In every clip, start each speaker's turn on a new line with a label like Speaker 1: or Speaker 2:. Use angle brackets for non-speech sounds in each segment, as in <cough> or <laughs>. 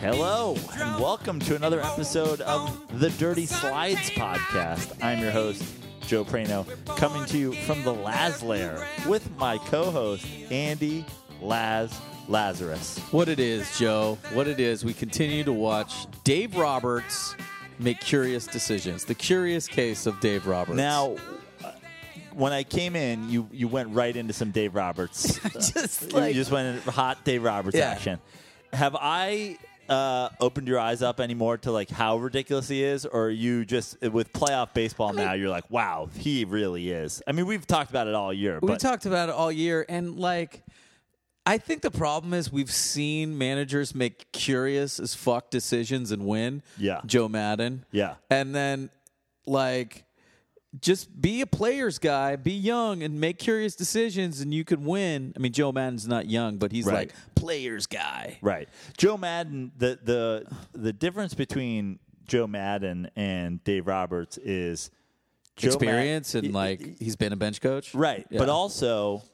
Speaker 1: Hello, and welcome to another episode of the Dirty Slides podcast. I'm your host, Joe Prano, coming to you from the Laz Lair with my co host, Andy Laz Lazarus.
Speaker 2: What it is, Joe. What it is. We continue to watch Dave Roberts make curious decisions. The curious case of Dave Roberts.
Speaker 1: Now, uh, when I came in, you, you went right into some Dave Roberts.
Speaker 2: <laughs> just
Speaker 1: you just went into hot Dave Roberts
Speaker 2: Yeah.
Speaker 1: action. Have I uh, opened your eyes up anymore to like how ridiculous he is, or are you just with playoff baseball now? You're like, wow, he really is. I mean, we've talked about it all year,
Speaker 2: we
Speaker 1: but
Speaker 2: talked about it all year, and like, I think the problem is we've seen managers make curious as fuck decisions and win.
Speaker 1: Yeah.
Speaker 2: Joe Madden.
Speaker 1: Yeah.
Speaker 2: and then like. Just be a player's guy, be young, and make curious decisions, and you can win. I mean, Joe Madden's not young, but he's
Speaker 1: Right.
Speaker 2: like player's guy.
Speaker 1: right, Joe Madden. The the the difference between Joe Madden and Dave Roberts is Joe Mad-
Speaker 2: experience and like he's been a bench coach.
Speaker 1: Right.
Speaker 2: Yeah.
Speaker 1: But also,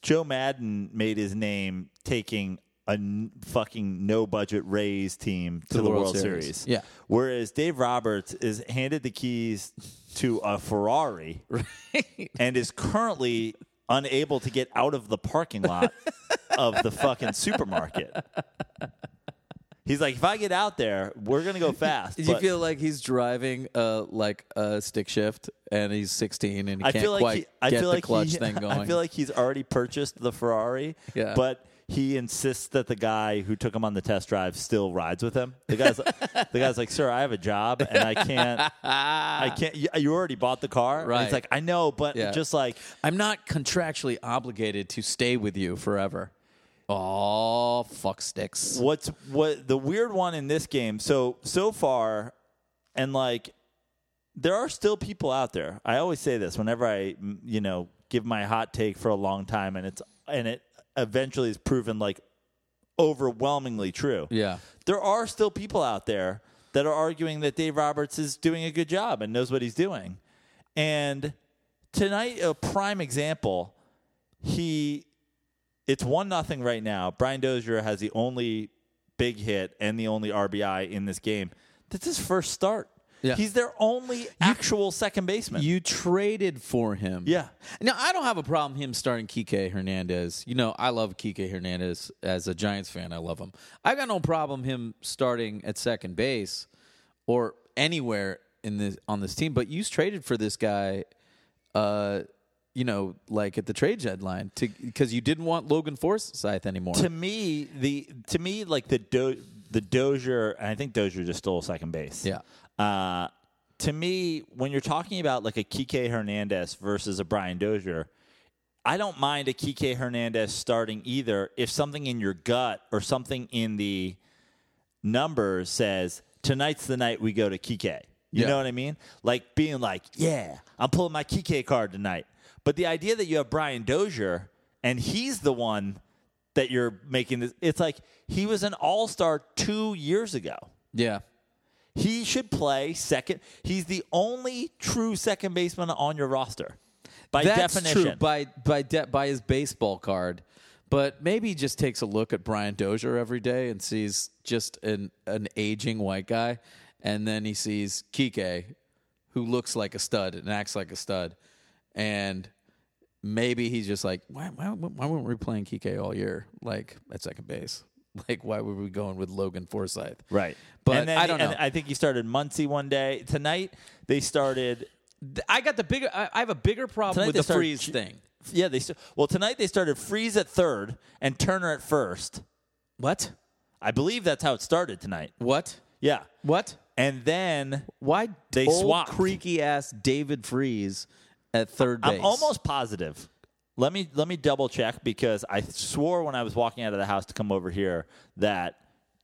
Speaker 1: Joe Madden made his name taking a n- fucking no budget Rays team to, the, World, Series.
Speaker 2: Yeah.
Speaker 1: Whereas Dave Roberts is handed the keys to a Ferrari and is currently unable to get out of the parking lot of the fucking supermarket. He's like, if I get out there, we're gonna go fast.
Speaker 2: Did you
Speaker 1: but-
Speaker 2: feel like he's driving uh like a stick shift and he's 16 and he
Speaker 1: I
Speaker 2: can't
Speaker 1: feel like
Speaker 2: quite
Speaker 1: he, <laughs> I
Speaker 2: get
Speaker 1: feel
Speaker 2: the
Speaker 1: like
Speaker 2: clutch
Speaker 1: he,
Speaker 2: thing going?
Speaker 1: I feel like he's already purchased the Ferrari,
Speaker 2: Yeah.
Speaker 1: but he insists that the guy who took him on the test drive still rides with him. The guy's the guy's like, "Sir, I have a job and I can't I can't you, you already bought the car." And he's
Speaker 2: Right.
Speaker 1: like, "I know, but
Speaker 2: Yeah.
Speaker 1: just like
Speaker 2: I'm not contractually obligated to stay with you forever. Oh, fuck sticks.
Speaker 1: what's what the weird one in this game so so far and like there are still people out there i always say this whenever i mm, you know give my hot take for a long time and it's and it eventually is proven like overwhelmingly true
Speaker 2: Yeah.
Speaker 1: there are still people out there that are arguing that dave roberts is doing a good job and knows what he's doing and tonight a prime example he it's one nothing right now. Brian Dozier has the only big hit and the only RBI in this game. That's his first start.
Speaker 2: Yeah.
Speaker 1: He's their only actual second baseman.
Speaker 2: You traded for him.
Speaker 1: Yeah.
Speaker 2: Now I don't have a problem him starting Kike Hernandez. You know, I love Kike Hernandez as a Giants fan. I love him. I got no problem him starting at second base or anywhere in this on this team. But you traded for this guy, uh, you know, like at the trade deadline to because you didn't want Logan Forsythe anymore.
Speaker 1: to me, the to me like the Do, the Dozier and I think Dozier just stole second base.
Speaker 2: yeah.
Speaker 1: Uh, to me, when you're talking about like a Kike Hernandez versus a Brian Dozier, I don't mind a Kike Hernandez starting either if something in your gut or something in the number says tonight's the night we go to Kike. You
Speaker 2: Yeah.
Speaker 1: know what I mean? Like being like, yeah, I'm pulling my Kike card tonight. But the idea that you have Brian Dozier and he's the one that you're making this, it's like he was an all star two years ago.
Speaker 2: Yeah.
Speaker 1: He should play second. He's the only true second baseman on your roster by
Speaker 2: That's
Speaker 1: definition.
Speaker 2: true by by de- by his baseball card, but maybe he just takes a look at Brian Dozier every day and sees just an an aging white guy, and then he sees Kike, who looks like a stud and acts like a stud, and maybe he's just like, why why why weren't we playing Kike all year like at second base? <laughs> Like why were we going with Logan Forsythe?
Speaker 1: right.
Speaker 2: But
Speaker 1: and then
Speaker 2: I don't
Speaker 1: and
Speaker 2: know.
Speaker 1: I think he started Muncie one day. Tonight they started.
Speaker 2: Th- I got the bigger. I, I have a bigger problem
Speaker 1: Tonight
Speaker 2: with
Speaker 1: they
Speaker 2: the
Speaker 1: started
Speaker 2: freeze
Speaker 1: J-
Speaker 2: thing.
Speaker 1: Yeah, they st- well tonight they started Freeze at third and Turner at first.
Speaker 2: What?
Speaker 1: I believe that's how it started tonight.
Speaker 2: What?
Speaker 1: Yeah,
Speaker 2: What?
Speaker 1: and then
Speaker 2: Why
Speaker 1: They
Speaker 2: old
Speaker 1: swapped.
Speaker 2: creaky ass David Freeze at third base?
Speaker 1: I'm almost positive. Let me let me double check because I swore when I was walking out of the house to come over here that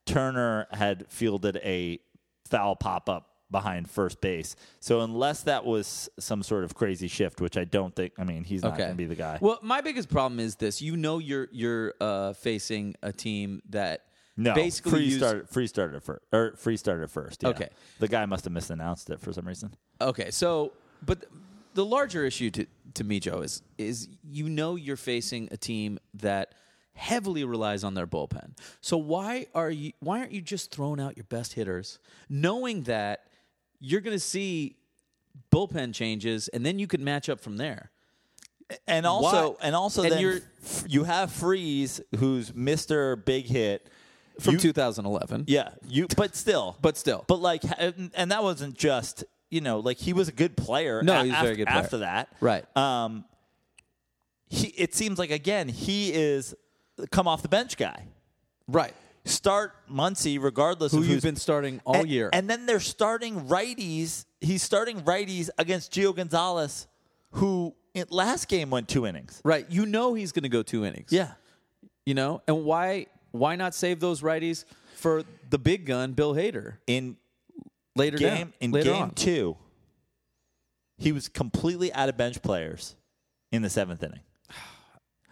Speaker 1: Turner had fielded a foul pop up behind first base. So unless that was some sort of crazy shift, which I don't think, I mean, he's not going to be the guy.
Speaker 2: Well, my biggest problem is this: you know, you're you're uh, facing a team that
Speaker 1: no,
Speaker 2: basically
Speaker 1: free
Speaker 2: used-
Speaker 1: started free started first or free started first. yeah.
Speaker 2: Okay.
Speaker 1: the guy must have misannounced it for some reason.
Speaker 2: Okay, so but the larger issue to to me, Joe, is is you know you're facing a team that heavily relies on their bullpen. So why are you why aren't you just throwing out your best hitters, knowing that you're going to see bullpen changes, and then you can match up from there.
Speaker 1: And also,
Speaker 2: Why-
Speaker 1: and also,
Speaker 2: and
Speaker 1: then
Speaker 2: you're-
Speaker 1: f- you have Freeze, who's Mister Big Hit
Speaker 2: From
Speaker 1: You-
Speaker 2: 2011,
Speaker 1: Yeah, you. But still,
Speaker 2: but still,
Speaker 1: but like, and and that wasn't just you know like he was a good player.
Speaker 2: No,
Speaker 1: a-
Speaker 2: he was a
Speaker 1: af-
Speaker 2: very good player.
Speaker 1: After that,
Speaker 2: right?
Speaker 1: Um, he. It seems like again he is the come off the bench guy.
Speaker 2: right.
Speaker 1: Start Muncie regardless
Speaker 2: Who
Speaker 1: of
Speaker 2: you've
Speaker 1: who's-
Speaker 2: been starting all
Speaker 1: and,
Speaker 2: year?
Speaker 1: And then they're starting righties. He's starting righties against Gio Gonzalez, who in last game went two innings.
Speaker 2: right, you know he's going to go two innings.
Speaker 1: Yeah.
Speaker 2: you know, and why why not save those righties for the big gun, Bill Hader?
Speaker 1: In
Speaker 2: later
Speaker 1: game
Speaker 2: down,
Speaker 1: in
Speaker 2: later
Speaker 1: game
Speaker 2: on.
Speaker 1: two, he was completely out of bench players in the seventh inning. <sighs>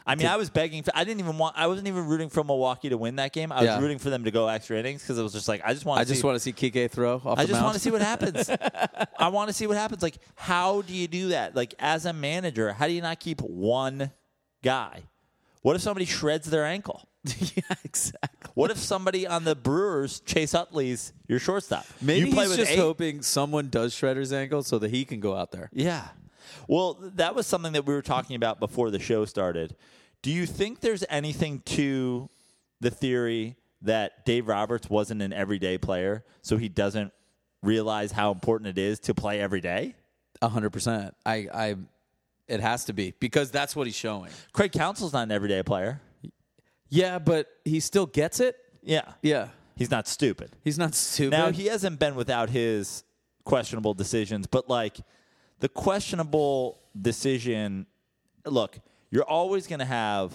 Speaker 1: I mean, I was begging for. I didn't even want. I wasn't even rooting for Milwaukee to win that game. I was
Speaker 2: Yeah.
Speaker 1: rooting for them to go extra innings because it was just like I just want.
Speaker 2: I just
Speaker 1: see,
Speaker 2: want to see Kike throw off
Speaker 1: I just
Speaker 2: the mound.
Speaker 1: want to see what
Speaker 2: <laughs>
Speaker 1: happens. I want to see what happens. Like, how do you do that? Like, as a manager, how do you not keep one guy? What if somebody shreds their ankle?
Speaker 2: <laughs> yeah, exactly.
Speaker 1: What if somebody on the Brewers, Chase Utley's your shortstop?
Speaker 2: Maybe
Speaker 1: you play
Speaker 2: he's
Speaker 1: with
Speaker 2: just
Speaker 1: eight-
Speaker 2: hoping someone does Shredder's ankle so that he can go out there.
Speaker 1: Yeah. Well, that was something that we were talking about before the show started. Do you think there's anything to the theory that Dave Roberts wasn't an everyday player, so he doesn't realize how important it is to play every day?
Speaker 2: hundred percent. I, I, it has to be because that's what he's showing.
Speaker 1: Craig Council's not an everyday player.
Speaker 2: Yeah, but he still gets it.
Speaker 1: Yeah.
Speaker 2: Yeah,
Speaker 1: He's not stupid.
Speaker 2: he's not stupid.
Speaker 1: Now, he hasn't been without his questionable decisions, but like the questionable decision look, you're always going to have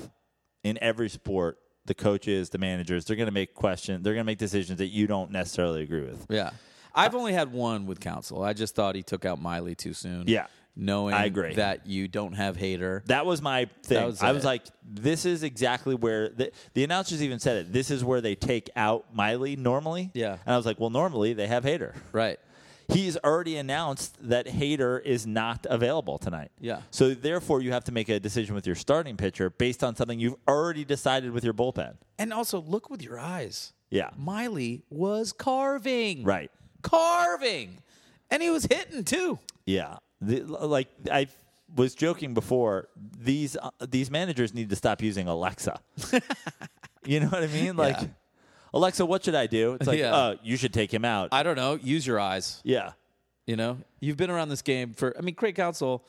Speaker 1: in every sport the coaches, the managers, they're going to make questions, they're going to make decisions that you don't necessarily agree with.
Speaker 2: yeah, I've only had one with Council. I just thought he took out Miley too soon.
Speaker 1: Yeah.
Speaker 2: knowing
Speaker 1: I agree.
Speaker 2: that you don't have hater.
Speaker 1: That was my thing.
Speaker 2: was
Speaker 1: I was
Speaker 2: it.
Speaker 1: like, this is exactly where the, the announcers even said it. This is where they take out Miley normally.
Speaker 2: Yeah.
Speaker 1: And I was like, well, normally they have Hater.
Speaker 2: Right.
Speaker 1: he's already announced that Hader is not available tonight.
Speaker 2: Yeah.
Speaker 1: So therefore, you have to make a decision with your starting pitcher based on something you've already decided with your bullpen.
Speaker 2: And also look with your eyes.
Speaker 1: Yeah.
Speaker 2: Miley was carving.
Speaker 1: Right.
Speaker 2: Carving. And he was hitting too.
Speaker 1: Yeah. The- like I was joking before, these uh, these managers need to stop using
Speaker 2: <laughs>
Speaker 1: Alexa. you know what I mean? Like,
Speaker 2: Yeah.
Speaker 1: Alexa, what should I do? It's like,
Speaker 2: Yeah.
Speaker 1: oh, you should take him out.
Speaker 2: I don't know. Use your eyes.
Speaker 1: yeah.
Speaker 2: You know, you've been around this game for, I mean, Craig Council,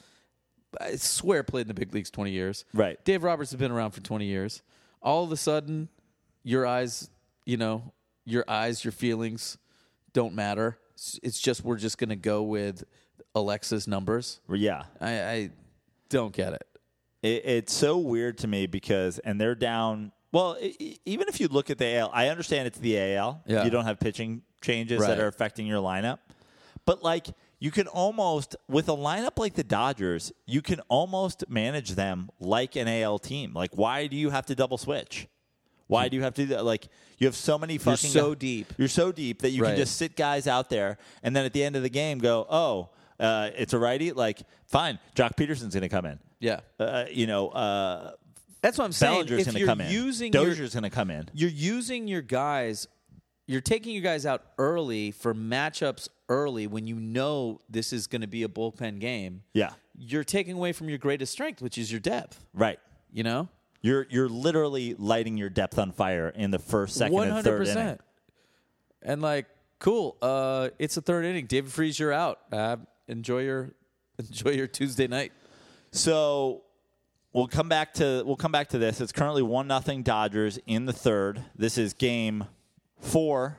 Speaker 2: I swear, played in the big leagues 20 years.
Speaker 1: Right.
Speaker 2: Dave Roberts has been around for 20 years. All of a sudden, your eyes, you know, your eyes, your feelings don't matter. It's- It's just, we're just going to go with Alexa's numbers.
Speaker 1: Yeah.
Speaker 2: I, I don't get it.
Speaker 1: It, it's so weird to me because, and they're down. Well, e- e- even if you look at the AL, I understand it's the AL.
Speaker 2: Yeah.
Speaker 1: You don't have pitching changes
Speaker 2: Right.
Speaker 1: that are affecting your lineup. But, like, you can almost, with a lineup like the Dodgers, you can almost manage them like an AL team. Like, why do you have to double switch? Why do you have to do that? Like, you have so many fucking.
Speaker 2: so deep.
Speaker 1: You're so deep that you
Speaker 2: Right.
Speaker 1: can just sit guys out there and then at the end of the game go, oh, uh, it's a righty. Like, fine, Jock Peterson's going to come in
Speaker 2: Yeah.
Speaker 1: uh, you know, uh,
Speaker 2: That's what I'm saying.
Speaker 1: Bellinger's
Speaker 2: if
Speaker 1: going to
Speaker 2: you're
Speaker 1: come in.
Speaker 2: using your,
Speaker 1: Dozier's going to come in.
Speaker 2: you're using your guys, you're taking your guys out early for matchups early when you know this is going to be a bullpen game.
Speaker 1: Yeah,
Speaker 2: You're taking away from your greatest strength, which is your depth.
Speaker 1: right.
Speaker 2: You know,
Speaker 1: You're you're literally lighting your depth on fire in the first, second,
Speaker 2: one
Speaker 1: and
Speaker 2: hundred
Speaker 1: third inning.
Speaker 2: percent. And like, cool. Uh, it's the third inning. David Freeze, you're out. Uh, enjoy your <laughs> enjoy your Tuesday night.
Speaker 1: So we'll come back to we'll come back to this. It's currently one nothing Dodgers in the third. This is game four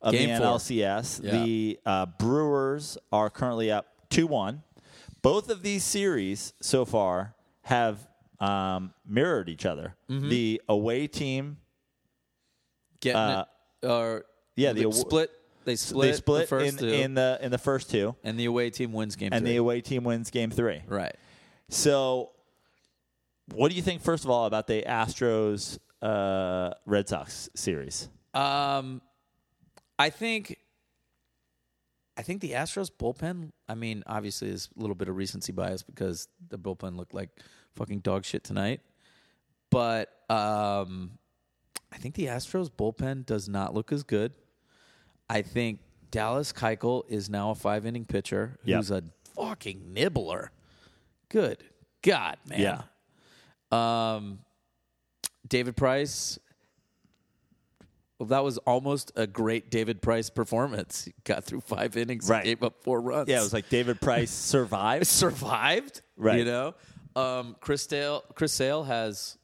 Speaker 1: of
Speaker 2: Game
Speaker 1: the
Speaker 2: four.
Speaker 1: NLCS.
Speaker 2: Yeah.
Speaker 1: The uh, Brewers are currently up two one. Both of these series so far have um, mirrored each other.
Speaker 2: Mm-hmm.
Speaker 1: The away team
Speaker 2: Getting
Speaker 1: Uh,
Speaker 2: it or
Speaker 1: yeah, the
Speaker 2: the
Speaker 1: awa-
Speaker 2: split They split
Speaker 1: they
Speaker 2: the
Speaker 1: split
Speaker 2: first
Speaker 1: in,
Speaker 2: two.
Speaker 1: in the in the first two,
Speaker 2: and the away team wins game
Speaker 1: and
Speaker 2: three.
Speaker 1: the away team wins game three.
Speaker 2: right.
Speaker 1: So, what do you think first of all about the Astros uh, Red Sox series?
Speaker 2: Um, I think, I think the Astros bullpen. I mean, obviously, there's a little bit of recency bias because the bullpen looked like fucking dog shit tonight. But um, I think the Astros bullpen does not look as good. I think Dallas Keuchel is now a five inning pitcher
Speaker 1: Yep.
Speaker 2: who's a fucking nibbler. Good God, man.
Speaker 1: Yeah.
Speaker 2: Um, David Price. Well, that was almost a great David Price performance. He got through five innings,
Speaker 1: Right.
Speaker 2: and gave up four runs.
Speaker 1: Yeah, it was like David Price survives.
Speaker 2: <laughs> survived.
Speaker 1: Right.
Speaker 2: You know, um, Chris Dale, Chris Sale has,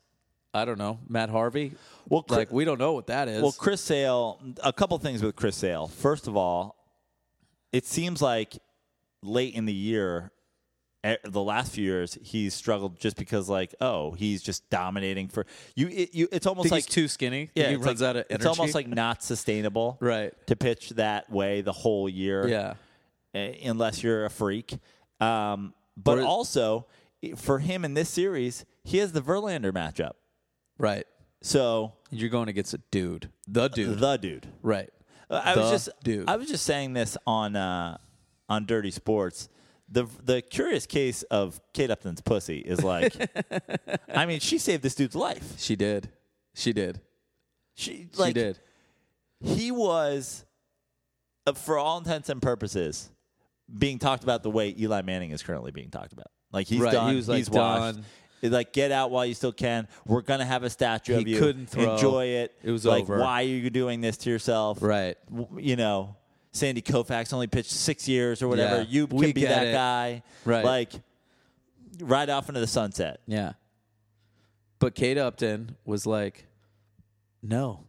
Speaker 2: I don't know, Matt Harvey.
Speaker 1: Well, Chris-
Speaker 2: like we don't know what that is.
Speaker 1: Well, Chris Sale, a couple things with Chris Sale. First of all, it seems like late in the year, eh, the last few years, he's struggled just because, like, oh, he's just dominating for you. It, you it's almost
Speaker 2: Think
Speaker 1: like
Speaker 2: he's too skinny.
Speaker 1: yeah,
Speaker 2: he
Speaker 1: it's
Speaker 2: runs
Speaker 1: like-
Speaker 2: out of energy.
Speaker 1: It's almost like not sustainable,
Speaker 2: <laughs> Right.
Speaker 1: To pitch that way the whole year,
Speaker 2: yeah,
Speaker 1: eh, unless you're a freak. Um, but
Speaker 2: Or-
Speaker 1: also i- for him in this series, he has the Verlander matchup,
Speaker 2: right.
Speaker 1: so
Speaker 2: You're going against a dude, the dude,
Speaker 1: the dude.
Speaker 2: right?
Speaker 1: Uh, I was
Speaker 2: The
Speaker 1: just
Speaker 2: dude.
Speaker 1: I was just saying this on uh, on Dirty Sports. The the curious case of Kate Upton's pussy is
Speaker 2: <laughs>
Speaker 1: like, I mean, she saved this dude's life.
Speaker 2: she did, she did,
Speaker 1: She like
Speaker 2: she did.
Speaker 1: he was, uh, for all intents and purposes, being talked about the way Eli Manning is currently being talked about. Like he's
Speaker 2: Right, he
Speaker 1: done,
Speaker 2: was, like,
Speaker 1: he's washed.
Speaker 2: done.
Speaker 1: It's Like get out while you still can. We're gonna have a statue
Speaker 2: He
Speaker 1: of you.
Speaker 2: couldn't throw.
Speaker 1: Enjoy it.
Speaker 2: It was
Speaker 1: like
Speaker 2: over.
Speaker 1: why are you doing this to yourself?
Speaker 2: Right.
Speaker 1: w- you know, Sandy Koufax only pitched six years or whatever.
Speaker 2: Yeah.
Speaker 1: You can
Speaker 2: We
Speaker 1: be
Speaker 2: get
Speaker 1: that
Speaker 2: it.
Speaker 1: guy.
Speaker 2: Right.
Speaker 1: Like, right off into the sunset.
Speaker 2: Yeah. But Kate Upton was like, no.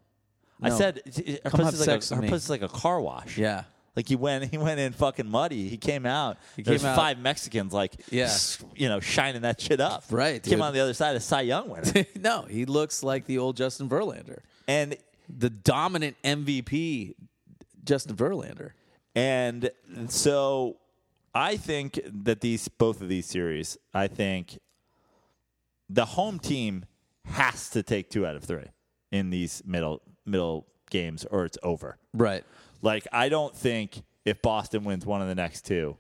Speaker 1: I
Speaker 2: No.
Speaker 1: said, t- her
Speaker 2: Come have
Speaker 1: pussy's like,
Speaker 2: sex
Speaker 1: a,
Speaker 2: with
Speaker 1: her
Speaker 2: me.
Speaker 1: pussy's like a car wash.
Speaker 2: yeah. <laughs>
Speaker 1: Like, he went, <laughs> he went in fucking muddy. He came out.
Speaker 2: He
Speaker 1: There's
Speaker 2: came out-
Speaker 1: five Mexicans, like,
Speaker 2: Yeah.
Speaker 1: s- you know, shining that shit up.
Speaker 2: Right,
Speaker 1: Came
Speaker 2: dude.
Speaker 1: on the other side of Cy Young
Speaker 2: <laughs>
Speaker 1: winner.
Speaker 2: no, he looks like the old Justin Verlander,
Speaker 1: and,
Speaker 2: the dominant MVP Justin Verlander.
Speaker 1: and so I think that these, both of these series, I think the home team has to take two out of three in these middle middle games or it's over.
Speaker 2: Right.
Speaker 1: Like I don't think if Boston wins one of the next two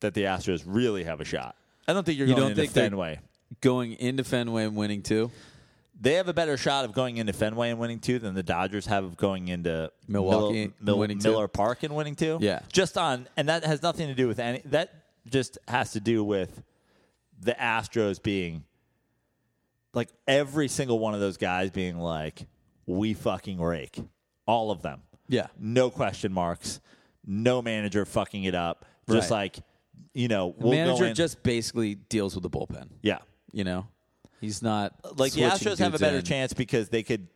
Speaker 1: that the Astros really have a shot. I don't think you're
Speaker 2: You
Speaker 1: going
Speaker 2: don't
Speaker 1: into
Speaker 2: think they're-
Speaker 1: Fenway.
Speaker 2: Going into Fenway and winning two.
Speaker 1: They have a better shot of going into Fenway and winning two than the Dodgers have of going into
Speaker 2: Milwaukee
Speaker 1: Miller,
Speaker 2: and winning two.
Speaker 1: Miller Park and winning two.
Speaker 2: Yeah.
Speaker 1: Just on and that has nothing to do with any that just has to do with the Astros being like every single one of those guys being like, we fucking rake. All of them.
Speaker 2: Yeah.
Speaker 1: No question marks. No manager fucking it up. Just
Speaker 2: Right.
Speaker 1: like, you know, we'll go
Speaker 2: Manager
Speaker 1: in-
Speaker 2: just basically deals with the bullpen,
Speaker 1: yeah.
Speaker 2: you know? He's not
Speaker 1: Like the
Speaker 2: switching
Speaker 1: Astros have a
Speaker 2: dudes
Speaker 1: better
Speaker 2: in.
Speaker 1: chance because they could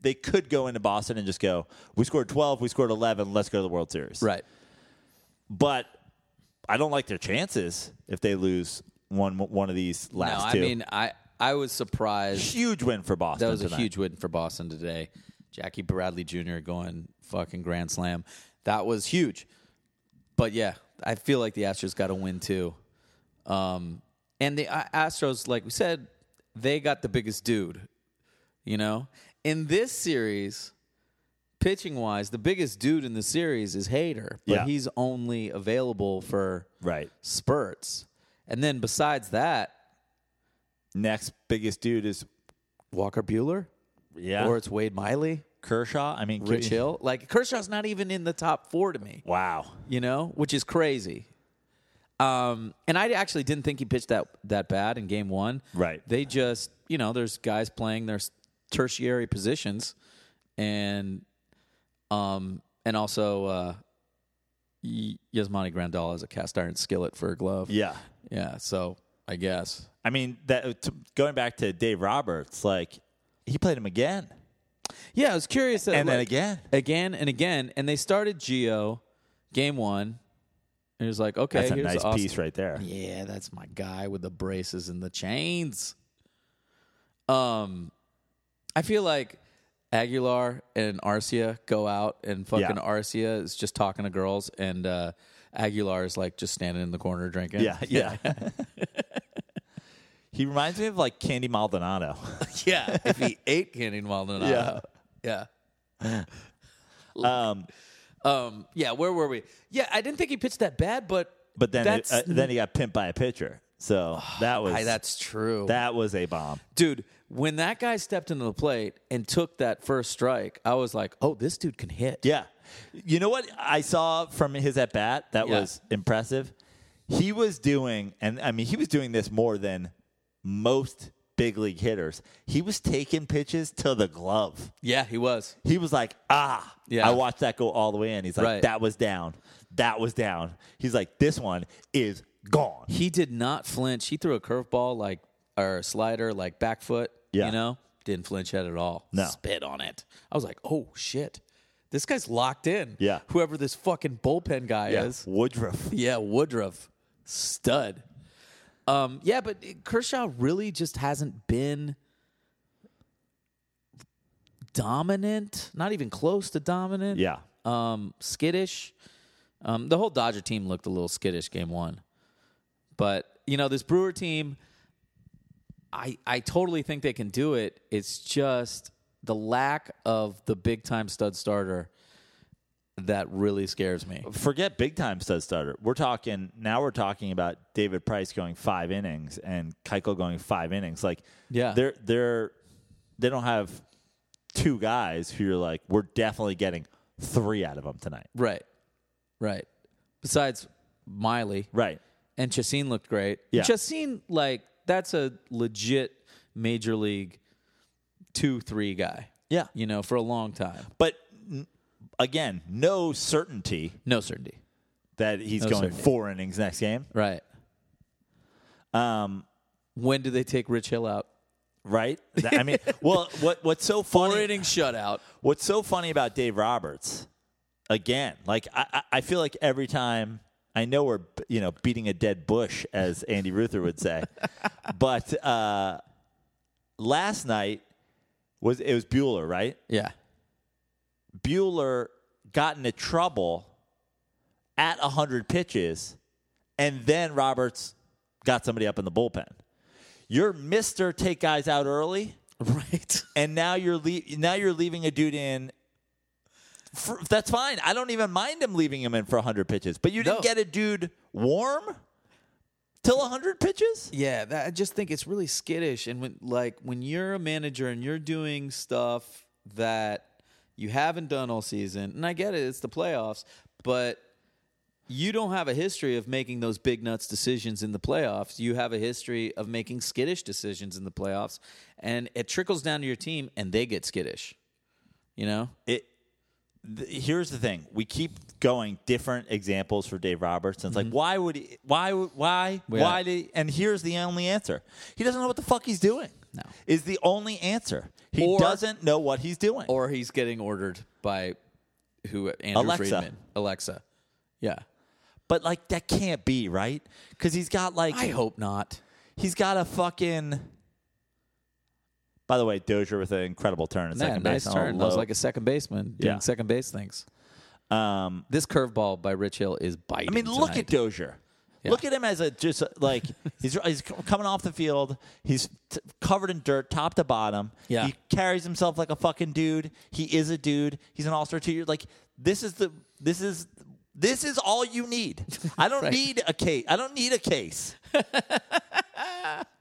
Speaker 1: they could go into Boston and just go, we scored 12, we scored 11, let's go to the World Series.
Speaker 2: Right.
Speaker 1: But I don't like their chances if they lose one one of these
Speaker 2: No,
Speaker 1: last
Speaker 2: I
Speaker 1: two.
Speaker 2: mean, I, I was surprised.
Speaker 1: huge win for Boston.
Speaker 2: That was
Speaker 1: tonight.
Speaker 2: a huge win for Boston today. Jackie Bradley Jr. going fucking grand slam. That was huge. But yeah, I feel like the Astros got to win too. Um, and the A- Astros, like we said, they got the biggest dude. You know, in this series, pitching wise, the biggest dude in the series is Hader, but
Speaker 1: Yeah.
Speaker 2: he's only available for
Speaker 1: Right.
Speaker 2: spurts. And then besides that,
Speaker 1: Next biggest dude is
Speaker 2: Walker Bueller,
Speaker 1: yeah
Speaker 2: or it's Wade Miley.
Speaker 1: Kershaw. I mean
Speaker 2: Rich Hill. Like Kershaw's not even in the top four to me,
Speaker 1: Wow.
Speaker 2: you know, which is crazy. Um, and I actually didn't think he pitched that that bad in game one.
Speaker 1: Right.
Speaker 2: They just, you know, there's guys playing their s- tertiary positions, and um, and also uh, Y- Yasmani Grandal is a cast iron skillet for a glove.
Speaker 1: Yeah.
Speaker 2: yeah. So I guess
Speaker 1: I mean that t- going back to Dave Roberts, like he played him again.
Speaker 2: Yeah, I was curious. That,
Speaker 1: And then
Speaker 2: like,
Speaker 1: again.
Speaker 2: again, and again, and they started Geo, game one. And it was like, okay,
Speaker 1: That's a
Speaker 2: here's
Speaker 1: nice
Speaker 2: Austin.
Speaker 1: piece right there.
Speaker 2: Yeah, that's my guy with the braces and the chains. Um, I feel like Aguilar and Arcia go out, and fucking
Speaker 1: Yeah.
Speaker 2: Arcia is just talking to girls, and uh, Aguilar is like just standing in the corner drinking.
Speaker 1: Yeah, yeah. <laughs> he reminds me of like Candy
Speaker 2: <laughs>
Speaker 1: Maldonado.
Speaker 2: <laughs> yeah.
Speaker 1: <laughs>
Speaker 2: If he ate Candy Maldonado, yeah,
Speaker 1: Um,
Speaker 2: yeah, um, yeah. Where were we? Yeah, I didn't think he pitched that bad, but
Speaker 1: but then it,
Speaker 2: that's
Speaker 1: uh, then he got pimped by a pitcher.
Speaker 2: <sighs>
Speaker 1: So that was
Speaker 2: Aye, that's true.
Speaker 1: that was a bomb.
Speaker 2: Dude, when that guy stepped into the plate and took that first strike, I was like, "Oh, this dude can hit."
Speaker 1: Yeah. You know what I saw from his at bat that
Speaker 2: Yeah.
Speaker 1: was impressive? He was doing, and I mean, he was doing this more than most big league hitters. He was taking pitches to the glove.
Speaker 2: yeah, he was.
Speaker 1: He was like, ah.
Speaker 2: Yeah.
Speaker 1: I watched that go all the way in. He's like,
Speaker 2: Right.
Speaker 1: that was down. That was down. He's like, this one is gone.
Speaker 2: He did not flinch. He threw a curveball like or a slider like back foot.
Speaker 1: Yeah.
Speaker 2: You know, didn't flinch at it at all.
Speaker 1: No.
Speaker 2: Spit on it. I was like, oh shit, this guy's locked in.
Speaker 1: Yeah.
Speaker 2: Whoever this fucking bullpen guy is.
Speaker 1: Woodruff.
Speaker 2: <laughs> Yeah, Woodruff, stud. Um, yeah, but Kershaw really just hasn't been dominant. Not even close to dominant.
Speaker 1: Yeah.
Speaker 2: Um, skittish. Um, the whole Dodger team looked a little skittish game one, but you know this Brewer team. I I totally think they can do it. It's just the lack of the big time stud starter that really scares me.
Speaker 1: Forget big time stud starter. We're talking now. We're talking about David Price going five innings and Keiko going five innings. Like,
Speaker 2: Yeah.
Speaker 1: they're they're they don't have two guys who you're like, we're definitely getting three out of them tonight.
Speaker 2: Right. Right. Besides Miley.
Speaker 1: Right.
Speaker 2: And Chasine looked great.
Speaker 1: Yeah.
Speaker 2: Chasine, like, that's a legit major league two, three guy.
Speaker 1: Yeah.
Speaker 2: You know, for a long time.
Speaker 1: But n- again, no certainty
Speaker 2: No certainty.
Speaker 1: that he's
Speaker 2: No
Speaker 1: going
Speaker 2: certainty.
Speaker 1: four innings next game.
Speaker 2: Right.
Speaker 1: Um,
Speaker 2: When do they take Rich Hill out?
Speaker 1: right. That- I mean, well, what what's so funny?
Speaker 2: Four inning shutout.
Speaker 1: What's so funny about Dave Roberts, again, like I, I- I feel like every time I know we're you know beating a dead bush, as Andy Ruther would say, but uh, last night was it was Bueller, right?
Speaker 2: Yeah.
Speaker 1: Bueller got into trouble at hundred pitches, and then Roberts got somebody up in the bullpen. You're Mister Take guys out early
Speaker 2: <laughs> Right.
Speaker 1: and now you're le- now you're leaving a dude in. For, that's fine. I don't even mind him leaving him in for 100 pitches, but you didn't
Speaker 2: No.
Speaker 1: get a dude warm till 100 pitches.
Speaker 2: Yeah, that, I just think it's really skittish. And when like when you're a manager and you're doing stuff that you haven't done all season, and I get it, it's the playoffs, but you don't have a history of making those big nuts decisions in the playoffs. You have a history of making skittish decisions in the playoffs, and it trickles down to your team, and they get skittish. You know,
Speaker 1: It. th- here's the thing: we keep going different examples for Dave Roberts, and it's like, why would he? Why? would- Why?
Speaker 2: Yeah.
Speaker 1: Why did? And here's the only answer: he doesn't know what the fuck he's doing.
Speaker 2: No.
Speaker 1: is the only answer. He
Speaker 2: Or-
Speaker 1: doesn't know what he's doing.
Speaker 2: or he's getting ordered by who? Andrew
Speaker 1: Alexa.
Speaker 2: Friedman, Alexa. Yeah,
Speaker 1: but like that can't be right because he's got like
Speaker 2: I hope not.
Speaker 1: He's got a fucking. By the way, Dozier with an incredible turn at
Speaker 2: Yeah,
Speaker 1: second
Speaker 2: nice
Speaker 1: base. on a
Speaker 2: turn. I was
Speaker 1: low-
Speaker 2: like a second baseman doing
Speaker 1: Yeah.
Speaker 2: second base things.
Speaker 1: um,
Speaker 2: This curveball by Rich Hill is biting.
Speaker 1: I mean, look at
Speaker 2: tonight.
Speaker 1: Dozier. Look at him as a just uh,
Speaker 2: <laughs>
Speaker 1: like he's he's c- coming off the field. He's t- covered in dirt, top to bottom.
Speaker 2: Yeah.
Speaker 1: he carries himself like a fucking dude. He is a dude. He's an all star two year. Like this is the this is this is all you
Speaker 2: <laughs>
Speaker 1: need. I don't
Speaker 2: Right.
Speaker 1: need a case. I don't need a
Speaker 2: <laughs>
Speaker 1: case.